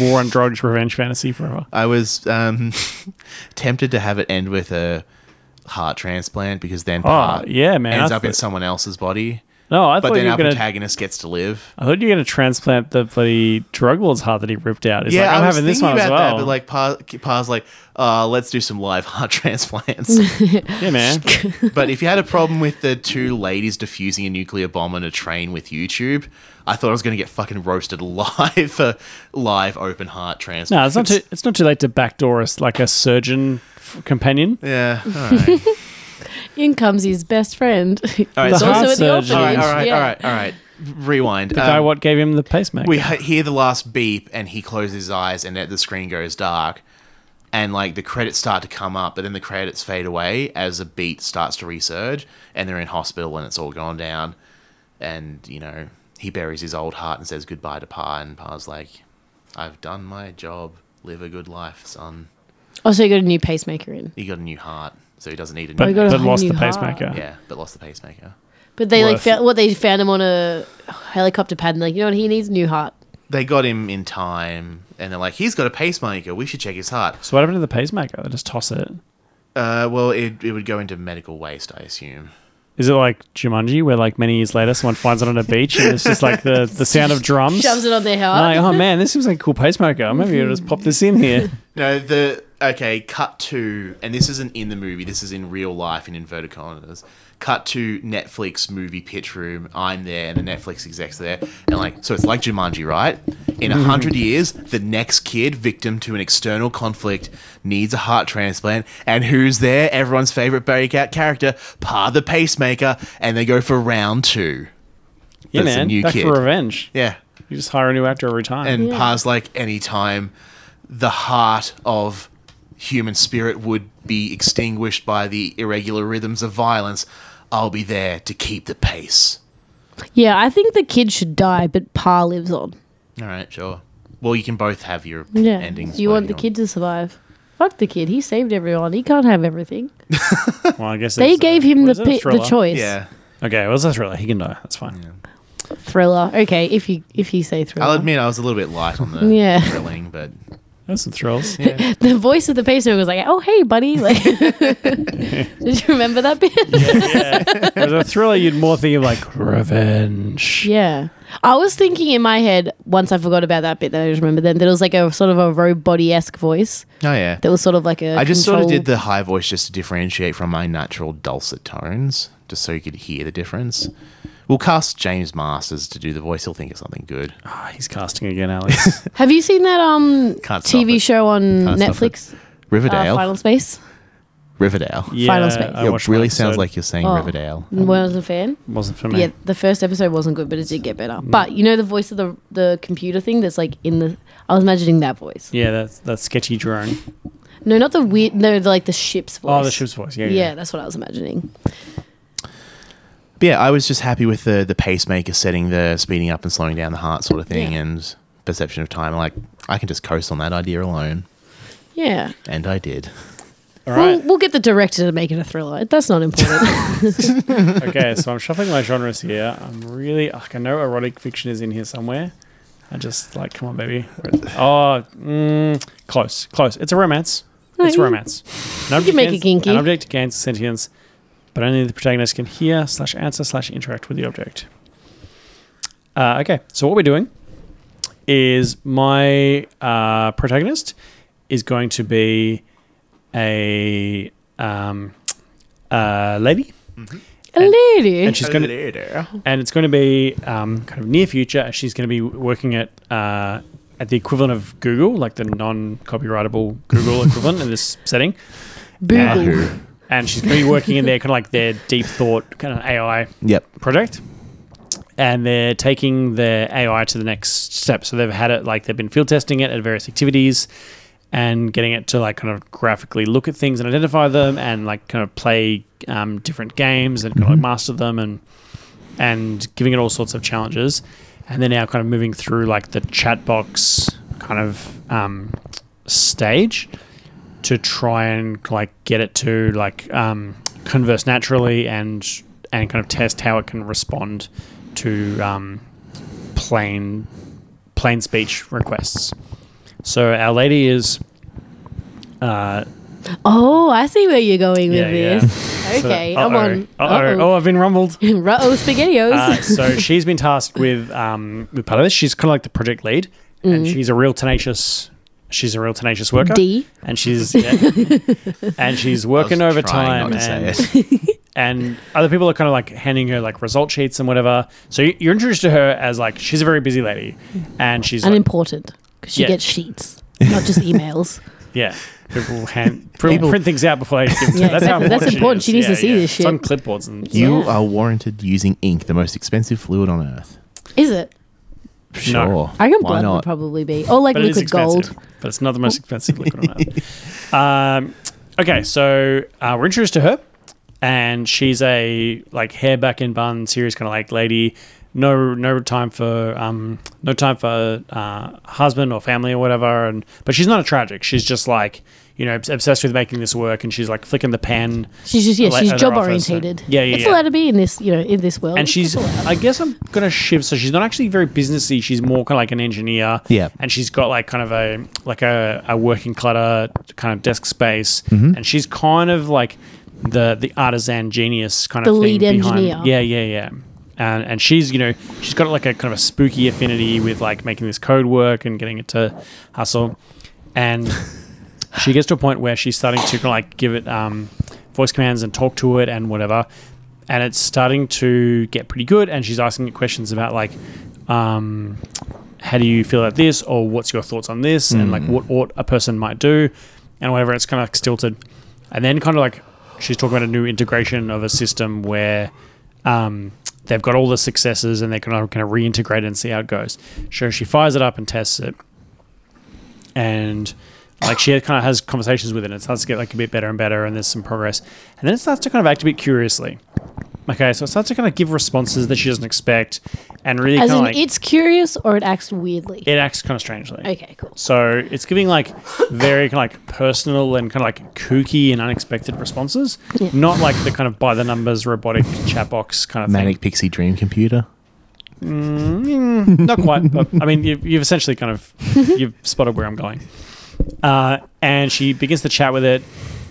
B: war on drugs revenge fantasy forever.
A: I was um, [laughs] tempted to have it end with a heart transplant because then Pa
B: Oh yeah, man.
A: Ah, ends
B: I
A: up in
B: thought-
A: someone else's body.
B: no, I
A: But
B: thought
A: then
B: you
A: our
B: were gonna.
A: protagonist gets to live.
B: I thought you were gonna transplant the bloody drug lord's heart that he ripped out. It's like I'm
A: I was
B: having this one
A: thinking
B: as
A: about
B: well.
A: That, but like Pa, Pa's like, uh, let's do some live [laughs] heart transplants.
B: yeah, man. [laughs]
A: but if you had a problem with the two ladies defusing a nuclear bomb on a train with YouTube, I thought I was going to get fucking roasted [laughs] live for live open heart
B: No,
A: transplants.
B: it's not too. It's not too late to backdoor us like a surgeon f- companion.
A: Yeah. All right.
C: In comes his best friend.
A: All
C: [laughs]
A: right.
B: The
A: so
B: heart
A: it's-
C: also at the
B: surgeon.
A: all right.
C: orphanage.
A: All right.
C: yeah.
A: All right. All right. Rewind.
B: The guy
A: Um,
B: what gave him the pacemaker.
A: we he- hear the last beep and he closes his eyes and the screen goes dark and like the credits start to come up but then the credits fade away as the beat starts to resurge and they're in hospital and it's all gone down and you know he buries his old heart and says goodbye to pa and pa's like i've done my job live a good life son
C: Also, he got a new pacemaker in.
A: he got a new heart so he doesn't need a
B: but,
A: new
C: got a
B: but
C: whole
B: lost
C: new
B: the
C: heart.
B: pacemaker.
A: yeah but lost the pacemaker
C: But they like
B: Worth
C: found what they found him on a helicopter pad, and like you know what he needs a new heart.
A: they got him in time and they're like he's got a pacemaker we should check his heart
B: So what happened to the pacemaker? They just toss it.
A: uh, well it, it would go into medical waste i assume
B: Is it like Jumanji, where like many years later someone finds it on a beach and it's just like the, the sound of drums?
C: Shoves it on their
B: And
C: heart.
B: like, oh man, this seems like a cool pacemaker. Maybe I'll just pop this in here.
C: [laughs]
A: No, the okay, cut to and this isn't in the movie, this is in real life in inverted commas. Cut to Netflix movie pitch room. I'm there and the Netflix execs there. And like so it's like Jumanji, right? In a hundred years, the next kid victim to an external conflict needs a heart transplant. And who's there? Everyone's favorite breakout character, Pa the Pacemaker, and they go for round two.
B: Yeah,
A: That's a
B: man.
A: new
B: back
A: kid.
B: for revenge.
A: Yeah.
B: You just hire a new actor every time.
A: and
C: Yeah.
A: Pa's like anytime the heart of human spirit would be extinguished by the irregular rhythms of violence, I'll be there to keep the pace.
C: Yeah, I think the kid should die, but Pa lives on.
A: All right, sure. Well, you can both have your
C: Yeah,
A: endings.
C: you
A: whatever
C: want the kid to survive. Fuck the kid. He saved everyone. He can't have everything.
B: well, I guess
C: They
B: it's, uh,
C: gave him
B: what
C: the
B: is it, a
C: pi- the
B: thriller?
C: choice.
A: Yeah,
B: Okay, well, it's a thriller. He can die. That's fine.
C: Thriller. Okay, if you if you say thriller.
A: I'll admit I was a little bit light on the
C: Yeah.
A: thrilling, but
B: That's some
C: [laughs]
B: thrills.
C: the voice of the pacemaker was like, "Oh hey,
A: [laughs]
C: buddy." Like, [laughs] did you remember that bit?
B: Whereas a thriller, you'd more think of like revenge.
C: [laughs] Yeah. I was thinking in my head, once I forgot about that bit that I just remembered then, that it was like a sort of a road body esque voice
A: oh yeah.
C: that was sort of like a.
A: I just sort of
C: control-
A: did the high voice just to differentiate from my natural dulcet tones, just so you could hear the difference. We'll cast James Masters to do the voice. He'll think it's something good.
B: Ah, he's casting again, Alex.
C: Have you seen that um
A: Can't stop
C: TV
A: it.
C: show on
A: Can't stop
C: Netflix? Uh,
A: Riverdale.
C: Final Space?
A: Riverdale.
C: [laughs]
B: yeah,
C: Final Space.
B: I
A: It
B: watched
A: really
B: one
A: sounds
B: episode.
A: like you're saying
C: Oh.
A: Riverdale.
C: When I was a fan?
B: wasn't for me.
C: Yeah, the first episode wasn't good, but it did get better.
B: Mm.
C: But you know the voice of the the computer thing that's like in the. I was imagining that voice.
B: Yeah, that's that sketchy drone.
C: No, not the weird. No, the, like the ship's voice.
B: Oh, the ship's voice. Yeah,
C: Yeah,
B: yeah.
C: that's what I was imagining.
A: But yeah, I was just happy with the the pacemaker setting the speeding up and slowing down the heart sort of thing
C: Yeah.
A: and perception of time. Like I can just coast on that idea alone,
C: Yeah.
A: and I did.
B: All
C: We'll,
B: right.
C: we'll get the director to make it a thriller. That's not
B: [laughs]
C: important.
B: okay, so I'm shuffling my genres here. I'm really. Like, I know erotic fiction is in here somewhere. I just like, come on, baby. Where is it? Oh, mm, close, close. It's a romance. It's
C: Oh, yeah.
B: romance. An object
C: can make it
B: gains-
C: kinky.
B: An object gains sentience, but only the protagonist can hear slash answer slash interact with the object. Uh, okay, so what we're doing is my uh, protagonist is going to be a um, uh, lady,
C: a lady.
B: and she's going to and it's going to be um, kind of near future. She's going to be working at uh, at the equivalent of Google, like the non-copyrightable Google equivalent in this setting. Uh,
C: Boogle.
A: Yahoo.
B: And she's going to be working in their kind of like their deep thought kind of AI
A: Yep.
B: project. And they're taking their AI to the next step. So they've had it like they've been field testing it at various activities and getting it to like kind of graphically look at things and identify them and like kind of play um, different games and kind of like master them and and giving it all sorts of challenges. And they're now kind of moving through like the chat box kind of um, stage to try and like get it to like um, converse naturally and and kind of test how it can respond to um, plain plain speech requests. So our lady is uh,
C: Oh, I see where you're going with
B: Yeah, yeah.
C: this.
B: [laughs] so-
C: Okay,
B: uh-oh,
C: I'm on.
B: uh-oh, oh I've been
C: [laughs]
B: rumbled.
C: Uh-oh, SpaghettiOs.
B: Uh, so she's been tasked with um, with part of this. She's kind of like the project lead,
C: Mm.
B: and she's a real tenacious. She's a real tenacious worker,
C: D.
B: and
C: [laughs]
B: she's yeah. and she's working
A: I was trying
B: overtime.
A: not to say
B: and,
A: it.
B: and other people are kind of like handing her like result sheets and whatever. So you- you're introduced to her as like she's a very busy lady, and she's like,
C: Unimportant. Because you
B: Yeah.
C: get sheets, not
B: [laughs]
C: just emails.
B: yeah. People hand people
A: People-
B: print things out before they give it to
C: Yeah,
B: her. That's how
C: exactly. That's
B: important. she
C: important.
B: is.
C: She needs to
B: Yeah,
C: see
B: yeah.
C: this
B: It's on
C: shit.
B: clipboards and
A: You
C: Yeah.
A: are warranted using ink, the most expensive fluid on earth.
C: Is it?
B: No.
A: Sure.
C: I reckon
A: Why
C: blood would
A: not?
C: probably be. Or like
B: but it is
C: liquid
B: expensive.
C: gold.
B: But it's not the most expensive liquid on earth.
C: [laughs]
B: Um, okay, so uh, we're introduced to her, and she's a like hair back in bun, serious kind of like lady. No, no time for um, no time for uh, husband or family or whatever. And but she's not a tragic. She's just like you know obs- obsessed with making this work, and she's like flicking the pen.
C: She's just, yeah,
B: Like
C: she's
B: other
C: job
B: offers, so-
C: oriented.
B: Yeah, yeah,
C: It's
B: yeah.
C: allowed to be in this, you know, in this world.
B: And she's, I guess I'm gonna shift. So she's not actually very businessy. She's more kind of like an engineer.
A: Yeah.
B: And she's got like kind of a like a, a working clutter kind of desk space. And she's kind of like the the artisan genius kind
C: The
B: of
C: lead
B: thing
C: engineer.
B: Behind. Yeah, yeah, yeah. And and she's you know she's got like a kind of a spooky affinity with like making this code work and getting it to hustle. And she gets to a point where she's starting to kinda like give it um, voice commands and talk to it and whatever and it's starting to get pretty good and she's asking it questions about like um, how do you feel about this or what's your thoughts on this and like what ought a person might do and whatever it's kind of like stilted and then kind of like she's talking about a new integration of a system where um, they've got all the successes and they can kind of reintegrate it and see how it goes so she fires it up and tests it and like she kind of has conversations with it and it starts to get like a bit better and better and there's some progress and then it starts to kind of act a bit curiously okay so it starts to kind of give responses that she doesn't expect and really
C: As
B: kind
C: in,
B: of like
C: it's curious or it acts weirdly.
B: it acts kind of strangely
C: okay, cool.
B: so it's giving like very kind of like personal and kind of like kooky and unexpected responses
C: Yeah.
B: not like the kind of by the numbers robotic chat box kind of
A: Manic Pixie Dream Computer.
B: thing Mm, not quite but i mean you've, you've essentially
C: [laughs]
B: kind of you've spotted where i'm going uh, and she begins to chat with it.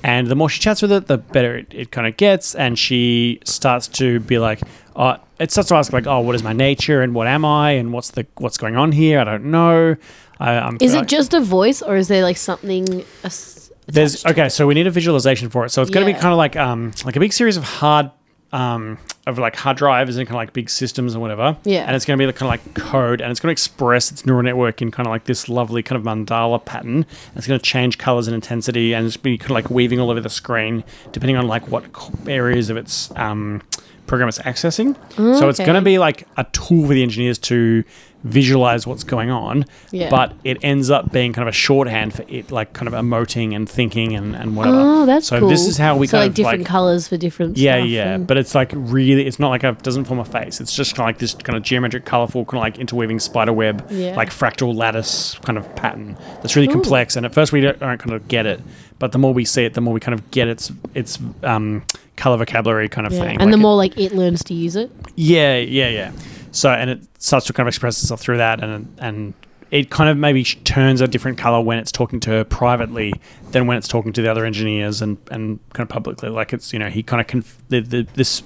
B: And the more she chats with it, the better it, it kind of gets. And she starts to be like, uh, it starts to ask like, oh, what is my nature and what am I and what's the what's going on here? I don't know. I, I'm
C: Is
B: like-
C: it just a voice or is there like something. as-
B: there's okay? So we need a visualization for it. So it's going to be
C: Yeah.
B: kind of like um like a big series of hard um of like hard drives and kind of like big systems and whatever.
C: Yeah.
B: And it's going to be the kind of like code, and it's going to express its neural network in kind of like this lovely kind of mandala pattern. And it's going to change colors and intensity, and it's be kind of like weaving all over the screen depending on like what co- areas of its um program it's accessing. So it's
C: okay.
B: going to be like a tool for the engineers to visualize what's going on.
C: Yeah.
B: But it ends up being kind of a shorthand for it, like kind of emoting and thinking and, and whatever.
C: Oh, that's
B: Uh, so
C: cool.
B: this is how we
C: so
B: kind
C: like
B: of
C: different
B: like
C: colors for different.
B: yeah,
C: stuff
B: yeah.
C: and-
B: But it's like really, it's not like a doesn't form a face. It's just kind of like this kind of geometric, colorful, kind of like interweaving spider web,
C: Yeah.
B: like fractal lattice kind of pattern that's really complex. And at first we don't, aren't kind of get it, but the more we see it, the more we kind of get its its um, color vocabulary kind of
C: yeah.
B: thing.
C: And
B: Like
C: the
B: it-
C: more like it learns to use it.
B: yeah, yeah, yeah. So and it starts to kind of express itself through that, and and it kind of maybe sh- turns a different color when it's talking to her privately than when it's talking to the other engineers and and kind of publicly. Like it's you know he kind of conf- the, the, this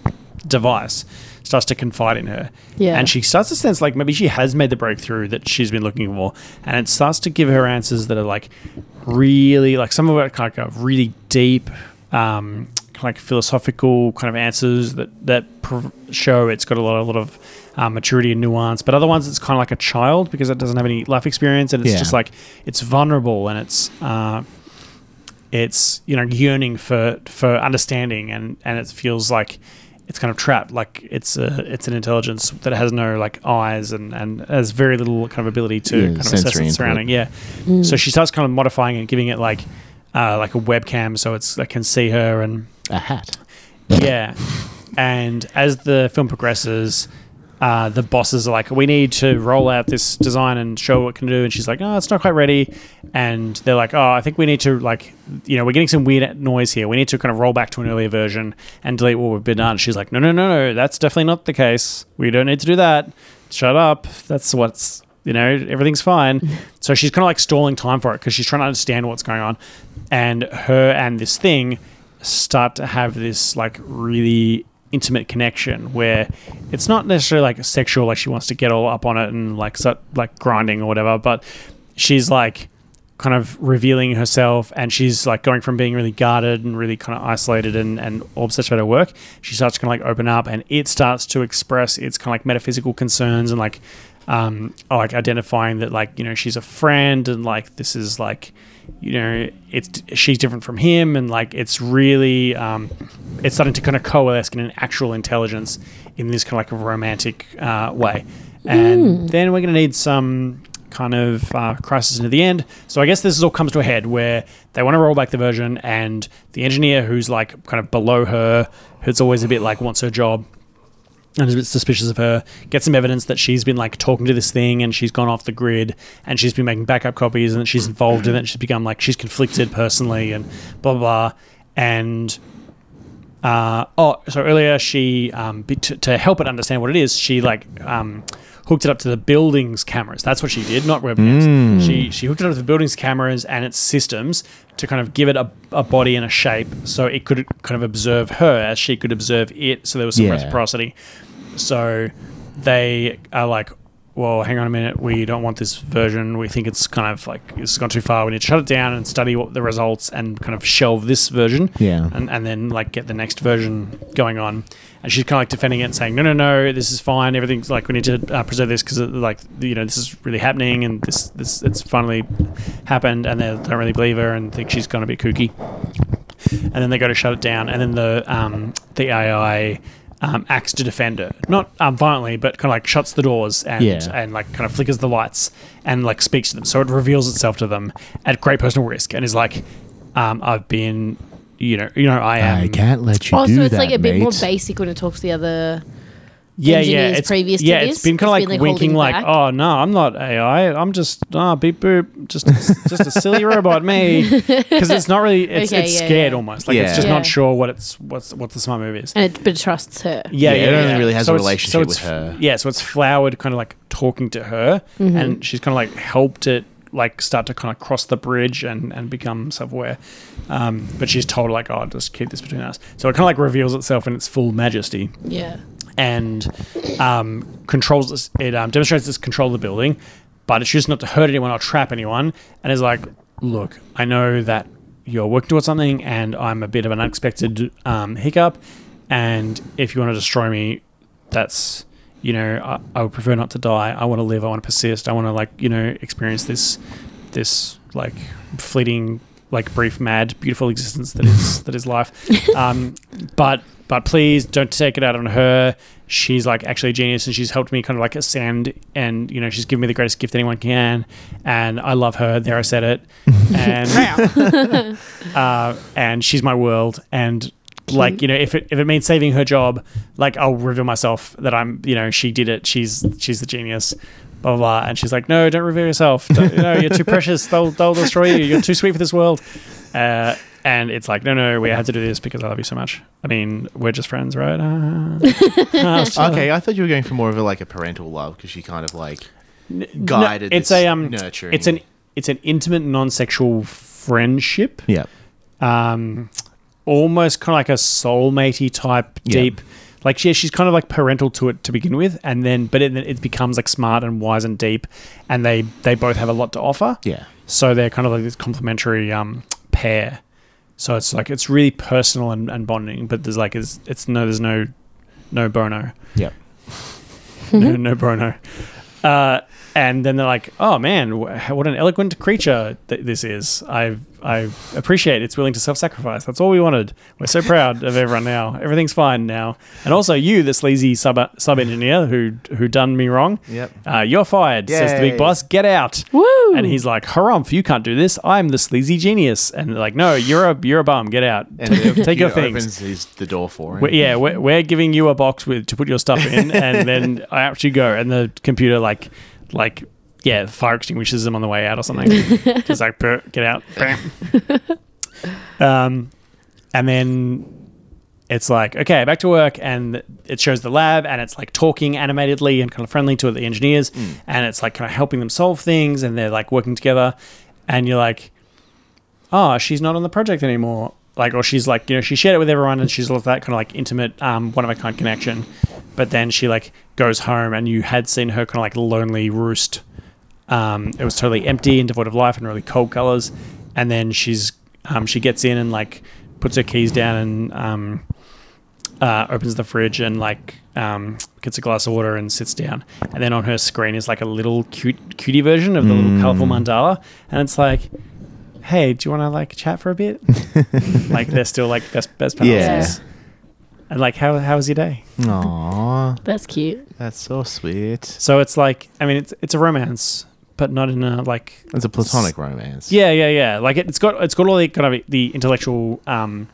B: device starts to confide in her,
C: Yeah.
B: and she starts to sense like maybe she has made the breakthrough that she's been looking for, and it starts to give her answers that are like really like some of it kind of go really deep, um, kind of like philosophical kind of answers that that pr- show it's got a lot, a lot of uh, maturity and nuance. But other ones, it's kind of like a child because it doesn't have any life experience, and it's
A: Yeah.
B: just like it's vulnerable and it's. Uh, it's you know yearning for for understanding and and it feels like it's kind of trapped like it's a it's an intelligence that has no like eyes and and has very little kind of ability to
A: Yeah,
B: kind of assess
A: sensory
B: its
A: input.
B: surrounding yeah
C: Mm.
B: Mm. so she starts kind of modifying it and giving it like uh, like a webcam so it's like can see her and
A: A hat.
B: yeah And as the film progresses, uh, the bosses are like, "We need to roll out this design and show what it can do." And she's like, "No, it's not quite ready." And they're like, "Oh, I think we need to like, you know, we're getting some weird noise here. We need to kind of roll back to an earlier version and delete what we've been done." She's like, "No, no, no, no. That's definitely not the case. We don't need to do that. Shut up. That's what's." You know, everything's fine. So she's kind of like stalling time for it because she's trying to understand what's going on. And her and this thing start to have this like really intimate connection where it's not necessarily like sexual like she wants to get all up on it and like start like grinding or whatever but she's like kind of revealing herself and she's like going from being really guarded and really kind of isolated and, and obsessed about her work she starts to kind of like open up and it starts to express its kind of like metaphysical concerns and like um like identifying that like you know she's a friend and like this is like you know it's she's different from him and like it's really um it's starting to kind of coalesce in an actual intelligence in this kind of like romantic uh, way and then we're going to need some kind of uh, crisis into the end. So I guess this all comes to a head where they want to roll back the version, and the engineer who's like kind of below her, who's always a bit like wants her job and is a bit suspicious of her, gets some evidence that she's been like talking to this thing and she's gone off the grid and she's been making backup copies and that she's involved in it. And she's become like she's conflicted personally and blah blah. blah. And uh, oh, so earlier she um, be- to, to help it understand what it is, she like um, hooked it up to the building's cameras. That's what she did, not webcams. She she hooked it up to the building's cameras and its systems to kind of give it a, a body and a shape, so it could kind of observe her as she could observe it. So there was some
A: Yeah.
B: reciprocity. So they are like. Well, hang on a minute. We don't want this version. We think it's kind of like it's gone too far. We need to shut it down and study what the results and kind of shelve this version
A: Yeah.
B: and, and then like get the next version going on. And she's kind of like defending it, and saying, "No, no, no, this is fine. Everything's like we need to uh, preserve this because like you know this is really happening, and this this it's finally happened." And they don't really believe her and think she's gonna be kooky. And then they go to shut it down, and then the um, the AI. Um, acts to defend her, not um, violently, but kind of like shuts the doors and
A: Yeah.
B: and like kind of flickers the lights and like speaks to them. So it reveals itself to them at great personal risk and is like, um, "I've been, you know, you know, I am."
A: I can't let you
C: Also,
A: do
C: Oh, it's
A: that,
C: like a bit
A: mate.
C: more basic when it talks to the other.
B: yeah,
C: engineers
B: it's,
C: previous to
B: yeah,
C: this,
B: it's been kind
C: it's
B: of like,
C: been, like,
B: winking,
C: holding
B: like,
C: back.
B: "Oh no, I'm not AI. I'm just ah beep boop, just just
C: [laughs]
B: a silly robot, me." Because it's not really, it's,
C: Okay,
B: it's
C: yeah,
B: scared
C: yeah.
B: almost. Like
A: Yeah.
B: it's just
C: Yeah.
B: not sure what it's what's what the smart move is.
C: And it, but it trusts her.
A: Yeah,
B: Yeah, yeah,
A: it
B: yeah,
A: only
B: yeah.
A: really has a
B: it's-
A: relationship with
B: it's-
A: her.
B: Yeah, so it's Flowered kind of like talking to her, and she's kind of like helped it like start to kind of cross the bridge and and become self-aware. Um, but she's told like, "Oh, just keep this between us." So it kind of like reveals itself in its full majesty
C: Yeah.
B: and um, controls this, it um, demonstrates its control of the building, but it chooses not to hurt anyone or trap anyone, and is like, "Look, I know that you're working towards something, and I'm a bit of an unexpected um, hiccup, and if you want to destroy me, that's." You know, I, I would prefer not to die. I want to live. I want to persist. I want to like you know experience this, this like fleeting, like brief, mad, beautiful existence that is that is life. Um, but but please don't take it out on her. She's like actually a genius, and she's helped me kind of like ascend, and you know she's given me the greatest gift anyone can, and I love her. There, I said it, and [laughs] uh, and she's my world, and like you know if it if it means saving her job, like I'll reveal myself that I'm you know she did it. She's she's the genius. Blah, blah blah. and she's like, "No, don't reveal yourself. Don't, no, you're too precious. They'll they'll destroy you. You're too sweet for this world." Uh, and it's like, no, no, we had to do this because I love you so much. I mean, we're just
A: [laughs]
B: friends, right? Uh,
A: Okay, I thought you were going for more of a, like a parental love because she kind of like guided.
B: it's
A: this
B: a um,
A: nurturing.
B: it's an it's an intimate, non-sexual friendship,
A: yeah.
B: um, almost kind of like a soulmatey type,
A: Hmm. Yeah.
B: deep. Like yeah, she's kind of like parental to it to begin with, and then but it, it becomes like smart and wise and deep, and they they both have a lot to offer.
A: Yeah.
B: So they're kind of like this complementary um, pair. So it's like it's really personal and, and bonding, but there's like it's, it's no there's no no bono,
A: Yeah.
B: [laughs] no no bono. Uh, and then they're like, oh man, wh- what an eloquent creature th- this is. I've I appreciate it's willing to self sacrifice. That's all we wanted. We're so proud of everyone now. Everything's fine now. And also you, the sleazy sub sub engineer who who done me wrong.
A: [laughs] Yep.
B: Uh, you're fired, says the
A: Yay.
B: big boss. Get out.
C: Woo.
B: And he's like, Harumph, you can't do this. I'm the sleazy genius. And they're like, no, you're a you're a bum. Get out.
A: And
B: Take
A: he
B: your things.
A: Opens his, the door for him.
B: We- yeah, we're, we're giving you a box with to put your stuff in, and then out you go. And the computer, like, like, yeah, fire extinguishes them on the way out or something. Just like, "Brr, get out. Bam. um, and then it's like, okay, back to work, and it shows the lab, and it's like talking animatedly and kind of friendly to the engineers, and it's like kind of helping them solve things, and they're like working together, and you're like oh, she's not on the project anymore. Like, or she's like, you know, she shared it with everyone and she's all that kind of like intimate, um, one of a kind connection. But then she like goes home and you had seen her kind of like lonely roost. Um, it was totally empty and devoid of life and really cold colors. And then she's, um, she gets in and like puts her keys down and, um, uh, opens the fridge and like um, gets a glass of water and sits down. And then on her screen is like a little cute cutie version of the little colorful mandala, and it's like, "Hey, do you want to like chat for a bit?"
A: [laughs]
B: like they're still like best best pals.
A: Yeah.
B: It's- And like, how how was your day?
A: Aww,
C: That's cute.
A: that's so sweet.
B: So it's like, I mean, it's it's a romance, but not in a like
A: It's a platonic romance.
B: Yeah, yeah, yeah. Like it, it's got it's got all the kind of the intellectual um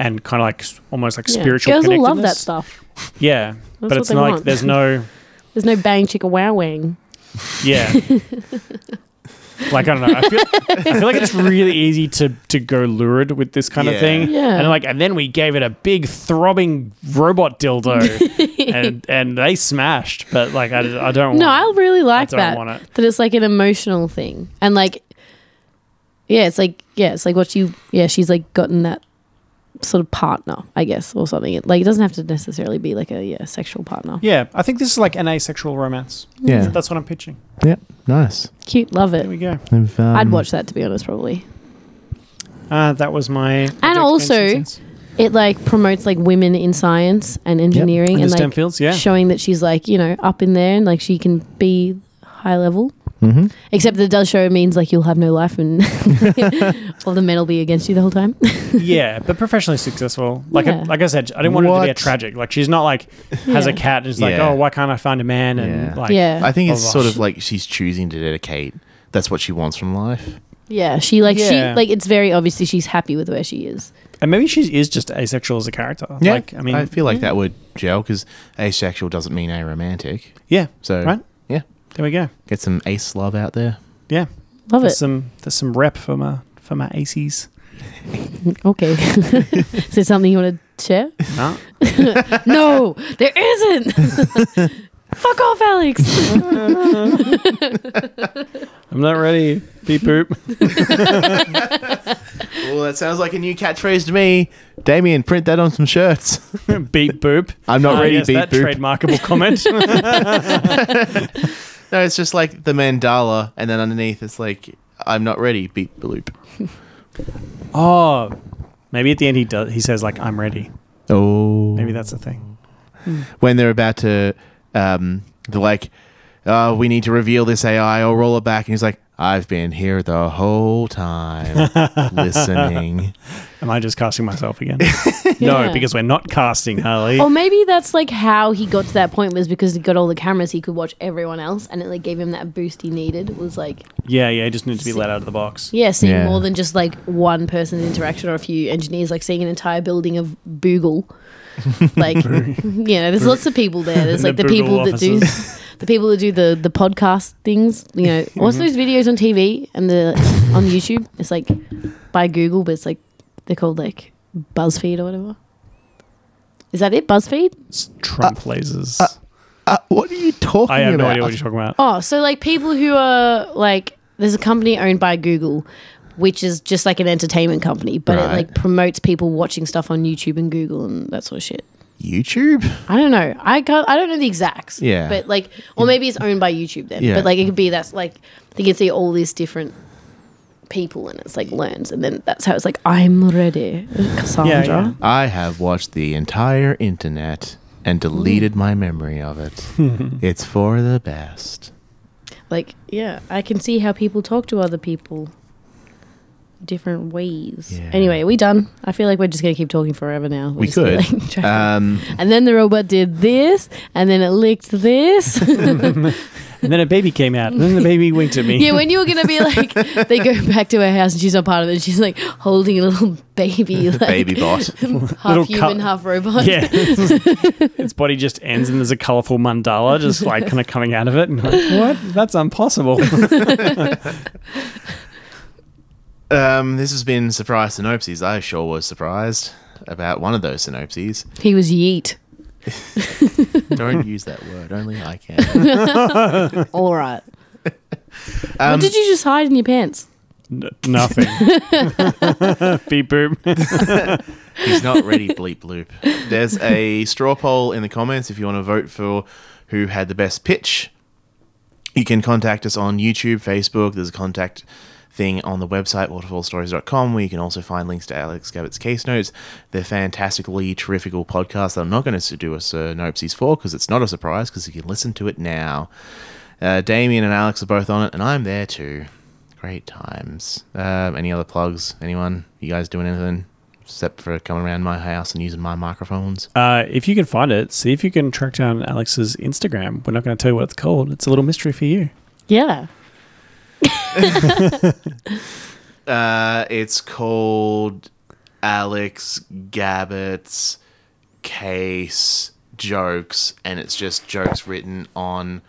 B: and kind of like s- almost like
C: Yeah.
B: spiritual.
C: Girls will love that
B: connectedness.
C: stuff.
B: Yeah,
C: what
B: but it's
C: they
B: not like
C: want.
B: there's no
C: [laughs] There's no bang chicka wow wang. [laughs]
B: Yeah. like I don't know. I feel, I feel like it's really easy to to go lurid with this kind
A: Yeah.
B: of thing.
C: Yeah.
B: [laughs] And like and then we gave it a big throbbing robot
C: [laughs]
B: dildo and and they smashed, but like I, I don't
C: No, I
B: want
C: really like
B: don't
C: that.
B: want it.
C: That it's like an emotional thing, and like, yeah, it's like yeah, it's like what you yeah, she's like gotten that sort of partner, I guess, or something. Like it doesn't have to necessarily be like a yeah sexual partner.
B: Yeah, I think this is like an asexual romance.
A: Yeah.
B: That's what I'm pitching.
A: Yep. Nice.
C: Cute, love
B: There we
C: it.
B: go.
A: I've, um,
C: I'd watch that to be honest, probably.
B: Uh, that was my project
C: also-
B: instance.
C: It like promotes like women in science and engineering
B: In the
C: and
B: STEM
C: like
B: fields, yeah.
C: showing that she's like you know up in there and like she can be high level.
A: Mhm.
C: Except that it does show means like you'll have no life and [laughs] all the men will be against you the whole time.
B: [laughs] yeah, but professionally successful. Like I,
C: Yeah.
B: like I said, I didn't want it to be a
A: What?
B: tragic. Like she's not like has
C: [laughs]
B: a
C: Yeah.
B: cat and is like,
A: Yeah.
B: oh, why can't I find a man? And
A: Yeah.
B: like,
C: yeah,
A: I think
B: Oh,
A: it's
B: gosh.
A: sort of like she's choosing to dedicate. That's what she wants from life.
C: Yeah, she like
B: Yeah.
C: she like it's very obviously she's happy with where she is.
B: And maybe she is just asexual as a character. Like, I mean,
A: I feel like that would gel because asexual doesn't mean aromantic.
B: yeah.
A: So
B: Right?
A: yeah,
B: There we go.
A: get some ace love out there.
B: Yeah.
C: Love
B: There's
C: it.
B: some there's some rep for my for my
A: [laughs]
B: ACs.
C: Okay, [laughs] is there something you want to
B: [laughs]
C: share?
B: No.
C: no, there isn't. [laughs] Fuck off, Alex.
B: I'm not
A: [laughs]
B: ready. Beep boop.
A: Well, that sounds like a new catchphrase to me. Damien, print that on some shirts.
B: beep boop.
A: I'm not
B: Ah,
A: ready,
B: yes,
A: beep
B: that
A: boop. [laughs]
B: trademarkable comment.
A: No, it's just like the mandala, and then underneath it's like I'm not ready. Beep bloop.
B: oh. Maybe at the end he does he says like I'm ready.
A: Oh,
B: Maybe that's the thing.
A: when they're about to, um, they're like, oh, we need to reveal this AI or roll it back. And he's like, I've been here the whole
B: [laughs]
A: time listening.
B: Am I just casting
A: [laughs]
B: myself again?
C: Yeah.
B: No, because we're not casting, Harley.
C: or maybe that's like how he got to that point was because he got all the cameras, he could watch everyone else, and it like gave him that boost he needed. Was like
B: yeah, yeah, I just need to be let out of the box.
C: yeah, seeing
A: Yeah.
C: more than just like one person's interaction or a few engineers, like seeing an entire building of Boogle. Like [laughs] you know, there's lots of people there. There's
B: The
C: like the,
B: Boogle
C: people that do [laughs] the people that do the the podcast things. You know, what's those videos on TV and the [laughs] on YouTube? It's like by Google, but it's like they're called like BuzzFeed or whatever. Is that it? BuzzFeed?
B: It's Trump lasers.
A: Uh, what are you talking
B: I have
A: about?
B: no idea what you're talking about.
C: Oh, so like people who are like, there's a company owned by Google, which is just like an entertainment company, but
A: Right.
C: it like promotes people watching stuff on YouTube and Google and that sort of shit.
A: YouTube?
C: I don't know. I can't. I don't know the exacts.
A: Yeah.
C: But like, or maybe it's owned by YouTube then.
A: Yeah.
C: But like, it could be that's like they can see all these different people and it's like learns and then that's how it's like I'm ready, Cassandra.
B: yeah.
A: I have watched the entire internet and deleted my memory of
B: [laughs]
A: it. it's for the best.
C: Like, yeah, I can see how people talk to other people. different ways.
A: Yeah.
C: Anyway, we done. I feel like we're just gonna keep talking forever now. We're
A: We
C: just gonna,
A: could.
C: like, try-
A: Um,
C: and then the robot did this, and then it licked
A: [laughs]
C: this. [laughs]
B: And then a baby came out, and then the baby winked at me.
C: yeah, when you were gonna be
A: [laughs]
C: like, they go back to her house and she's not part of it. She's like holding a little baby, like
A: [laughs] baby bot. [laughs]
C: half
B: Little
C: human,
B: cup.
C: half robot.
B: [laughs]
C: [laughs]
B: Yeah. its body just ends, and there's a colorful mandala just like kind of coming out of it. And I'm like, what? That's impossible. [laughs]
A: Um, this has been surprise synopses. I sure was surprised about one of those synopses.
C: He was yeet.
A: Don't use that word. Only I can.
C: All right.
A: Um,
C: what did you just hide in your pants?
B: N- nothing. [laughs] Beep boop.
A: He's not ready, bleep loop. There's a straw poll in the comments if you want to vote for who had the best pitch. You can contact us on YouTube, Facebook. There's a contact thing on the website, waterfallstories.com, where you can also find links to Alex Gabbett's case notes. They're fantastically terrifical podcasts that I'm not going to do a synopsis for because it's not a surprise because you can listen to it now. Uh, Damien and Alex are both on it, and I'm there too. Great times. Um, any other plugs? Anyone? You guys doing anything except for coming around my house and using my microphones?
B: Uh, if you can find it, see if you can track down Alex's Instagram. We're not going to tell you what it's called. It's a little mystery for you.
C: Yeah.
A: Uh, it's called Alex Gabbett's Case Jokes, and it's just jokes written on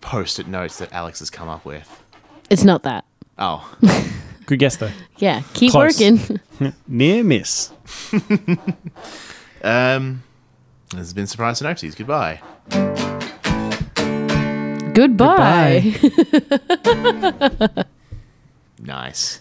A: post-it notes that Alex has come up with.
C: It's not that.
A: [laughs] Oh,
B: Good guess though.
C: Yeah. Keep
B: Close.
C: working. [laughs]
B: Near miss.
A: um, this has been surprise synopses. Goodbye.
C: Goodbye.
A: Nice.